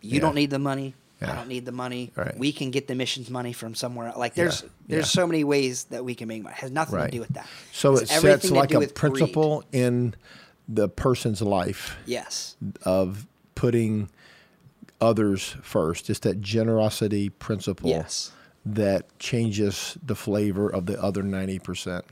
Speaker 2: You
Speaker 1: Yeah.
Speaker 2: don't need the money.
Speaker 1: Yeah.
Speaker 2: I don't need the money.
Speaker 1: Right.
Speaker 2: We can get the missions money from somewhere. Like there's
Speaker 1: Yeah.
Speaker 2: there's
Speaker 1: Yeah.
Speaker 2: so many ways that we can make money. It has nothing
Speaker 1: right.
Speaker 2: to do with that.
Speaker 1: So
Speaker 2: It's
Speaker 1: it
Speaker 2: everything
Speaker 1: sets
Speaker 2: to
Speaker 1: like
Speaker 2: do
Speaker 1: a
Speaker 2: with greed.
Speaker 1: principle in the person's life
Speaker 2: Yes.
Speaker 1: of putting others first. It's that generosity principle
Speaker 2: Yes.
Speaker 1: that changes the flavor of the other ninety percent.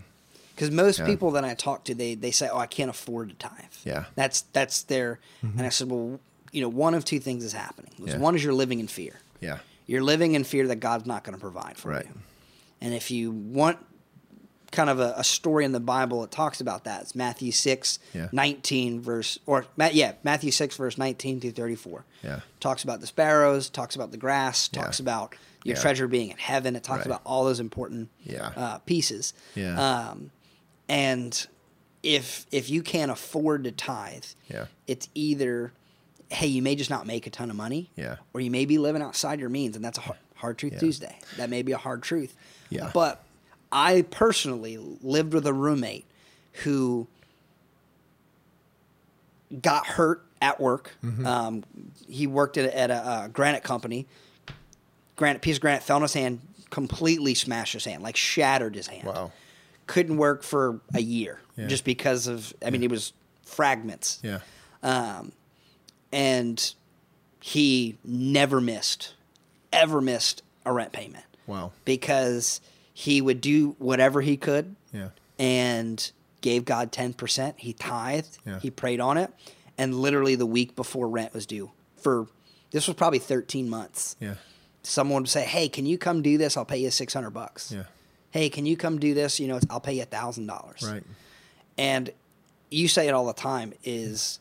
Speaker 2: Because most people that I talk to, they they say, "Oh, I can't afford to tithe."
Speaker 1: Yeah. Mm-hmm.
Speaker 2: That's that's their. And I said, "Well, you know, one of two things is happening.
Speaker 1: Yeah.
Speaker 2: One is you're living in fear.
Speaker 1: Yeah,
Speaker 2: You're living in fear that God's not going to provide for
Speaker 1: Right.
Speaker 2: you. And if you want kind of a, a story in the Bible that talks about that, it's Matthew 6,
Speaker 1: Yeah.
Speaker 2: 19, verse, or Ma- yeah, Matthew 6, verse 19 through 34.
Speaker 1: Yeah.
Speaker 2: Talks about the sparrows, talks about the grass, talks about your
Speaker 1: Yeah.
Speaker 2: treasure being in heaven. It talks
Speaker 1: Right.
Speaker 2: about all those important
Speaker 1: Yeah.
Speaker 2: uh, pieces.
Speaker 1: Yeah.
Speaker 2: Um, and if if you can't afford to tithe,
Speaker 1: Yeah.
Speaker 2: it's either hey, you may just not make a ton of money,
Speaker 1: Yeah.
Speaker 2: or you may be living outside your means, and that's a hard, hard truth Tuesday. That may be a hard truth.
Speaker 1: Yeah.
Speaker 2: But I personally lived with a roommate who got hurt at work.
Speaker 1: Mm-hmm.
Speaker 2: Um, he worked at, at a, uh granite company. Granite piece of granite fell in his hand, completely smashed his hand, like shattered his hand.
Speaker 1: Wow.
Speaker 2: Couldn't work for a year
Speaker 1: Yeah.
Speaker 2: just because of. I mean, it was fragments
Speaker 1: Yeah.
Speaker 2: and he never missed, ever missed a rent payment.
Speaker 1: Wow.
Speaker 2: Because he would do whatever he could
Speaker 1: Yeah.
Speaker 2: and gave God 10%. He tithed,
Speaker 1: Yeah.
Speaker 2: he prayed on it. And literally the week before rent was due, for this was probably 13 months,
Speaker 1: Yeah.
Speaker 2: someone would say, Hey, can you come do this? I'll pay you 600 bucks.
Speaker 1: Yeah.
Speaker 2: Hey, can you come do this? You know, I'll pay you $1,000
Speaker 1: Right.
Speaker 2: and you say it all the time is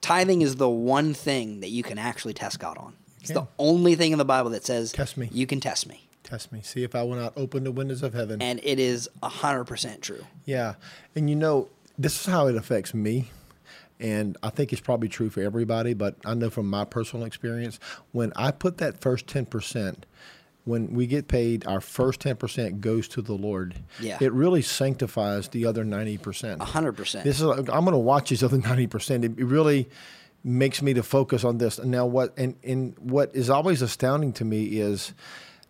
Speaker 2: tithing is the one thing that you can actually test God on. It's the
Speaker 1: can.
Speaker 2: only thing in the Bible that says
Speaker 1: Test me.
Speaker 2: You can test me.
Speaker 1: Test me. See if I will not open the windows of heaven.
Speaker 2: And it is 100% true.
Speaker 1: Yeah. And you know, this is how it affects me. And I think it's probably true for everybody, but I know from my personal experience, when I put that first 10%, when we get paid, our first 10% goes to the Lord.
Speaker 2: Yeah.
Speaker 1: It really sanctifies the other 90%.
Speaker 2: 100%.
Speaker 1: This is I'm going to watch these other 90%. It really makes me to focus on this. Now what and and what is always astounding to me is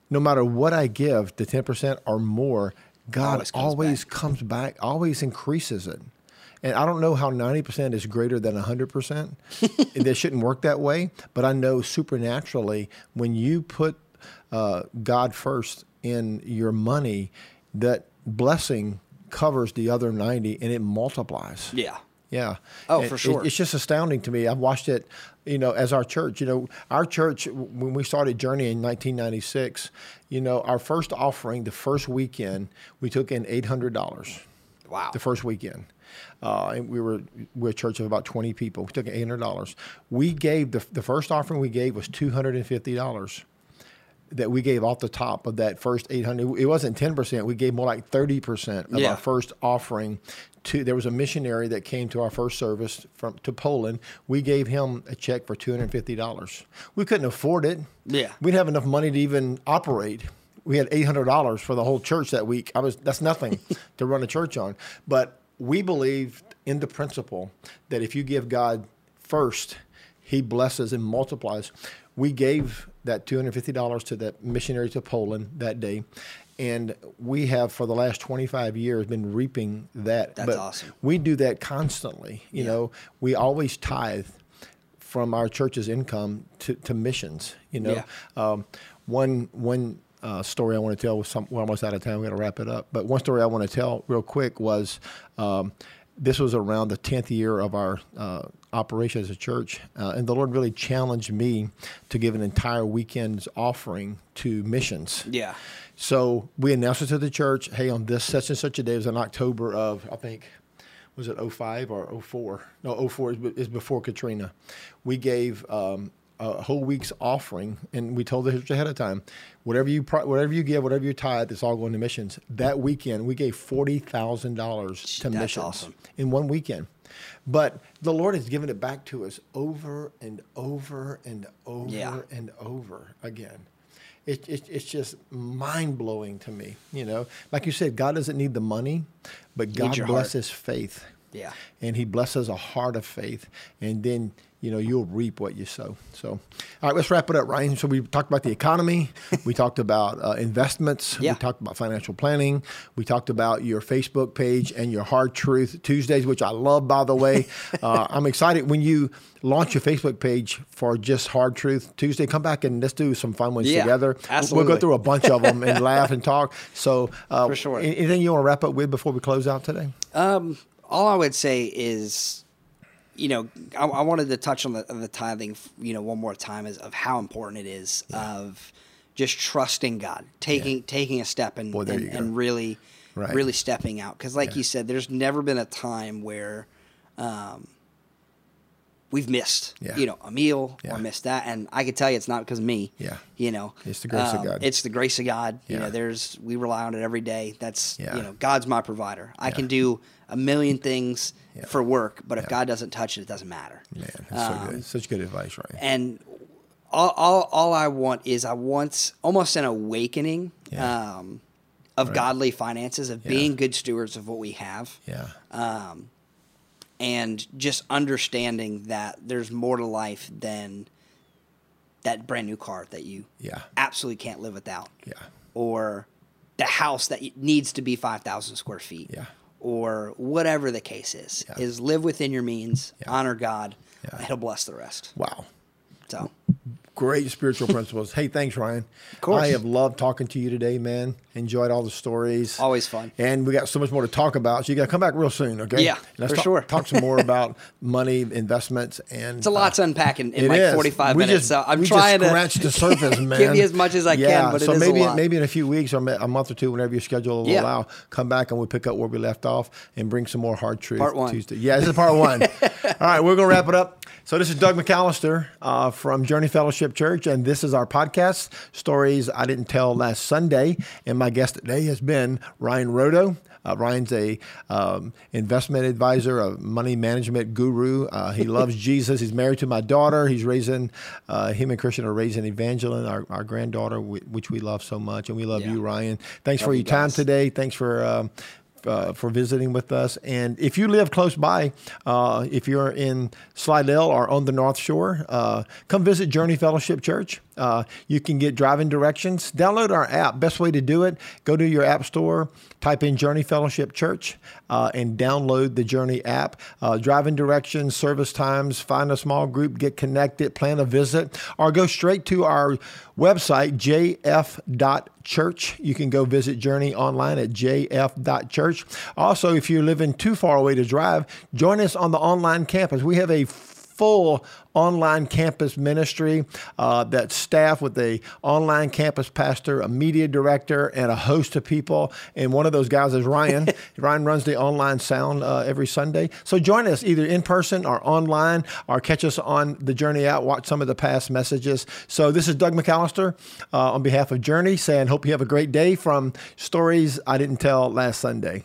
Speaker 1: no matter what I give, the 10% or more, God always
Speaker 2: Always
Speaker 1: comes,
Speaker 2: comes
Speaker 1: back. always increases it. And I don't know how 90% is greater than 100%. they shouldn't work that way, but I know supernaturally when you put uh, God first in your money, that blessing covers the other 90 and it multiplies.
Speaker 2: yeah.
Speaker 1: Yeah.
Speaker 2: Oh,
Speaker 1: And
Speaker 2: for
Speaker 1: it-
Speaker 2: sure.
Speaker 1: it's just astounding to me. I've watched it, you know, as our church. You know, our church w- when we started Journey in 1996. You know, our first offering, the first weekend, we took in eight hundred dollars.
Speaker 2: Wow.
Speaker 1: The first weekend, uh, and we were we are a church of about twenty people. We took in eight hundred dollars. We gave the the first offering we gave was two hundred and fifty dollars. That we gave off the top of that first eight hundred, it wasn't ten percent. We gave more like thirty percent of
Speaker 2: Yeah.
Speaker 1: our first offering. To there was a missionary that came to our first service from to Poland. We gave him a check for two hundred fifty dollars. We couldn't afford it.
Speaker 2: Yeah.
Speaker 1: we didn't have enough money to even operate. We had eight hundred dollars for the whole church that week. I was that's nothing to run a church on. But we believe in the principle that if you give God first, He blesses and multiplies. We gave that two hundred fifty dollars to that missionary to Poland that day, and we have for the last twenty five years been reaping that.
Speaker 2: That's awesome.
Speaker 1: We do that constantly. You know, we always tithe from our church's income to, to missions. You know,
Speaker 2: Yeah.
Speaker 1: um, one one uh, story I want to tell was some, we're almost out of time. We got to wrap it up. But one story I want to tell real quick was um, this was around the tenth year of our uh, operation as a church, uh, and the Lord really challenged me to give an entire weekend's offering to missions.
Speaker 2: Yeah.
Speaker 1: So we announced it to the church. Hey, on this such and such a day, it was in October of, I think, was it 05 or 04? No, 04 is, be- is before Katrina. We gave um, a whole week's offering, and we told the church ahead of time, whatever you pro- whatever you give, whatever you tithe, it's all going to missions. That weekend, we gave forty thousand dollars to
Speaker 2: That's
Speaker 1: missions
Speaker 2: awesome.
Speaker 1: in one weekend. But the Lord has given it back to us over and over and over
Speaker 2: Yeah.
Speaker 1: and over again. It, it, it's just mind blowing to me. You know, like you said, God doesn't need the money, but God
Speaker 2: your heart.
Speaker 1: blesses faith.
Speaker 2: Yeah.
Speaker 1: And He blesses a heart of faith. And then, you know, you'll reap what you sow. So, all right, let's wrap it up, Ryan. So, we talked about the economy. we talked about uh, investments.
Speaker 2: Yeah.
Speaker 1: We talked about financial planning. We talked about your Facebook page and your Hard Truth Tuesdays, which I love, by the way. uh, I'm excited when you launch your Facebook page for just Hard Truth Tuesday. Come back and let's do some fun ones
Speaker 2: Yeah,
Speaker 1: together. We'll
Speaker 2: absolutely.
Speaker 1: go through a bunch of them and laugh and talk. So, uh,
Speaker 2: For sure.
Speaker 1: an- Anything you want to wrap up with before we close out today?
Speaker 2: Um, all I would say is you know, I, I wanted to touch on the, on the tithing, you know, one more time is of how important it is of just trusting God, taking taking a step and
Speaker 1: there
Speaker 2: and,
Speaker 1: you go.
Speaker 2: and really,
Speaker 1: Right.
Speaker 2: really stepping out. Because like you said, there's never been a time where um, we've missed,
Speaker 1: Yeah.
Speaker 2: you know, a meal
Speaker 1: Yeah.
Speaker 2: or missed that. And I can tell you, it's not because of me.
Speaker 1: Yeah.
Speaker 2: you know, Um,
Speaker 1: It's the grace of God.
Speaker 2: It's the grace of God. You
Speaker 1: Yeah.
Speaker 2: know, there's we rely on it every day. That's
Speaker 1: Yeah.
Speaker 2: you know, God's my provider. I can do a million things for work, but if God doesn't touch it, it doesn't matter.
Speaker 1: Man, that's so good. Such good advice, Ryan.
Speaker 2: Um, And all, all, all I want is I want almost an awakening
Speaker 1: Yeah.
Speaker 2: um, of godly finances, of being good stewards of what we have,
Speaker 1: yeah.
Speaker 2: uh, and just understanding that there's more to life than that brand new car that you
Speaker 1: Yeah.
Speaker 2: absolutely can't live without,
Speaker 1: Yeah.
Speaker 2: or the house that y- needs to be 5,000 square feet,
Speaker 1: Yeah.
Speaker 2: or whatever the case is,
Speaker 1: Yeah.
Speaker 2: is live within your means, honor God,
Speaker 1: Yeah.
Speaker 2: He'll bless the rest.
Speaker 1: Wow.
Speaker 2: So.
Speaker 1: Great spiritual principles. Hey, thanks, Ryan. Of
Speaker 2: course.
Speaker 1: I have loved talking to you today, man. Enjoyed all the stories.
Speaker 2: Always fun.
Speaker 1: And we got so much more to talk about. So you got to come back real soon, okay?
Speaker 2: Yeah,
Speaker 1: And let's
Speaker 2: for
Speaker 1: talk,
Speaker 2: sure.
Speaker 1: talk some more about money, investments, and uh,
Speaker 2: It's a lot to unpack in, in
Speaker 1: It
Speaker 2: like
Speaker 1: is.
Speaker 2: 45
Speaker 1: we
Speaker 2: minutes.
Speaker 1: Just,
Speaker 2: so I'm
Speaker 1: we
Speaker 2: trying
Speaker 1: just scratch
Speaker 2: to
Speaker 1: the surface, man.
Speaker 2: give you as much as I can,
Speaker 1: Yeah,
Speaker 2: but it
Speaker 1: so
Speaker 2: is a
Speaker 1: maybe
Speaker 2: lot.
Speaker 1: maybe in a few weeks or a month or two, whenever your schedule will
Speaker 2: Yeah.
Speaker 1: allow, come back and we'll pick up where we left off and bring some more hard truth.
Speaker 2: Part one.
Speaker 1: Tuesday. Yeah, this is part one. All right, we're gonna wrap it up. So this is Doug McAllister uh, from Journey Fellowship Church, and this is our podcast stories I didn't tell last Sunday. And my guest today has been Ryan Rodo. Uh, Ryan's a um, investment advisor, a money management guru. Uh, he loves Jesus. He's married to my daughter. He's raising uh, him and Christian are raising Evangeline, our, our granddaughter, wh- which we love so much, and we love
Speaker 2: Yeah.
Speaker 1: you, Ryan. Thanks for
Speaker 2: you
Speaker 1: your time
Speaker 2: guys.
Speaker 1: today. Thanks for. Um, uh, for visiting with us. And if you live close by, uh, if you're in Slidell or on the North Shore, uh, come visit Journey Fellowship Church. Uh, you can get driving directions. Download our app. Best way to do it, go to your app store, type in Journey Fellowship Church, uh, and download the Journey app. Uh, driving directions, service times, find a small group, get connected, plan a visit, or go straight to our website, jf.church church. You can go visit Journey online at jf.church. Also, if you're living too far away to drive, join us on the online campus. We have a full online campus ministry uh, that's staffed with a online campus pastor, a media director, and a host of people. And one of those guys is Ryan. Ryan runs the online sound uh, every Sunday. So join us either in person or online or catch us on the Journey out, watch some of the past messages. So this is Doug McAllister uh, on behalf of Journey saying, hope you have a great day from stories I didn't tell last Sunday.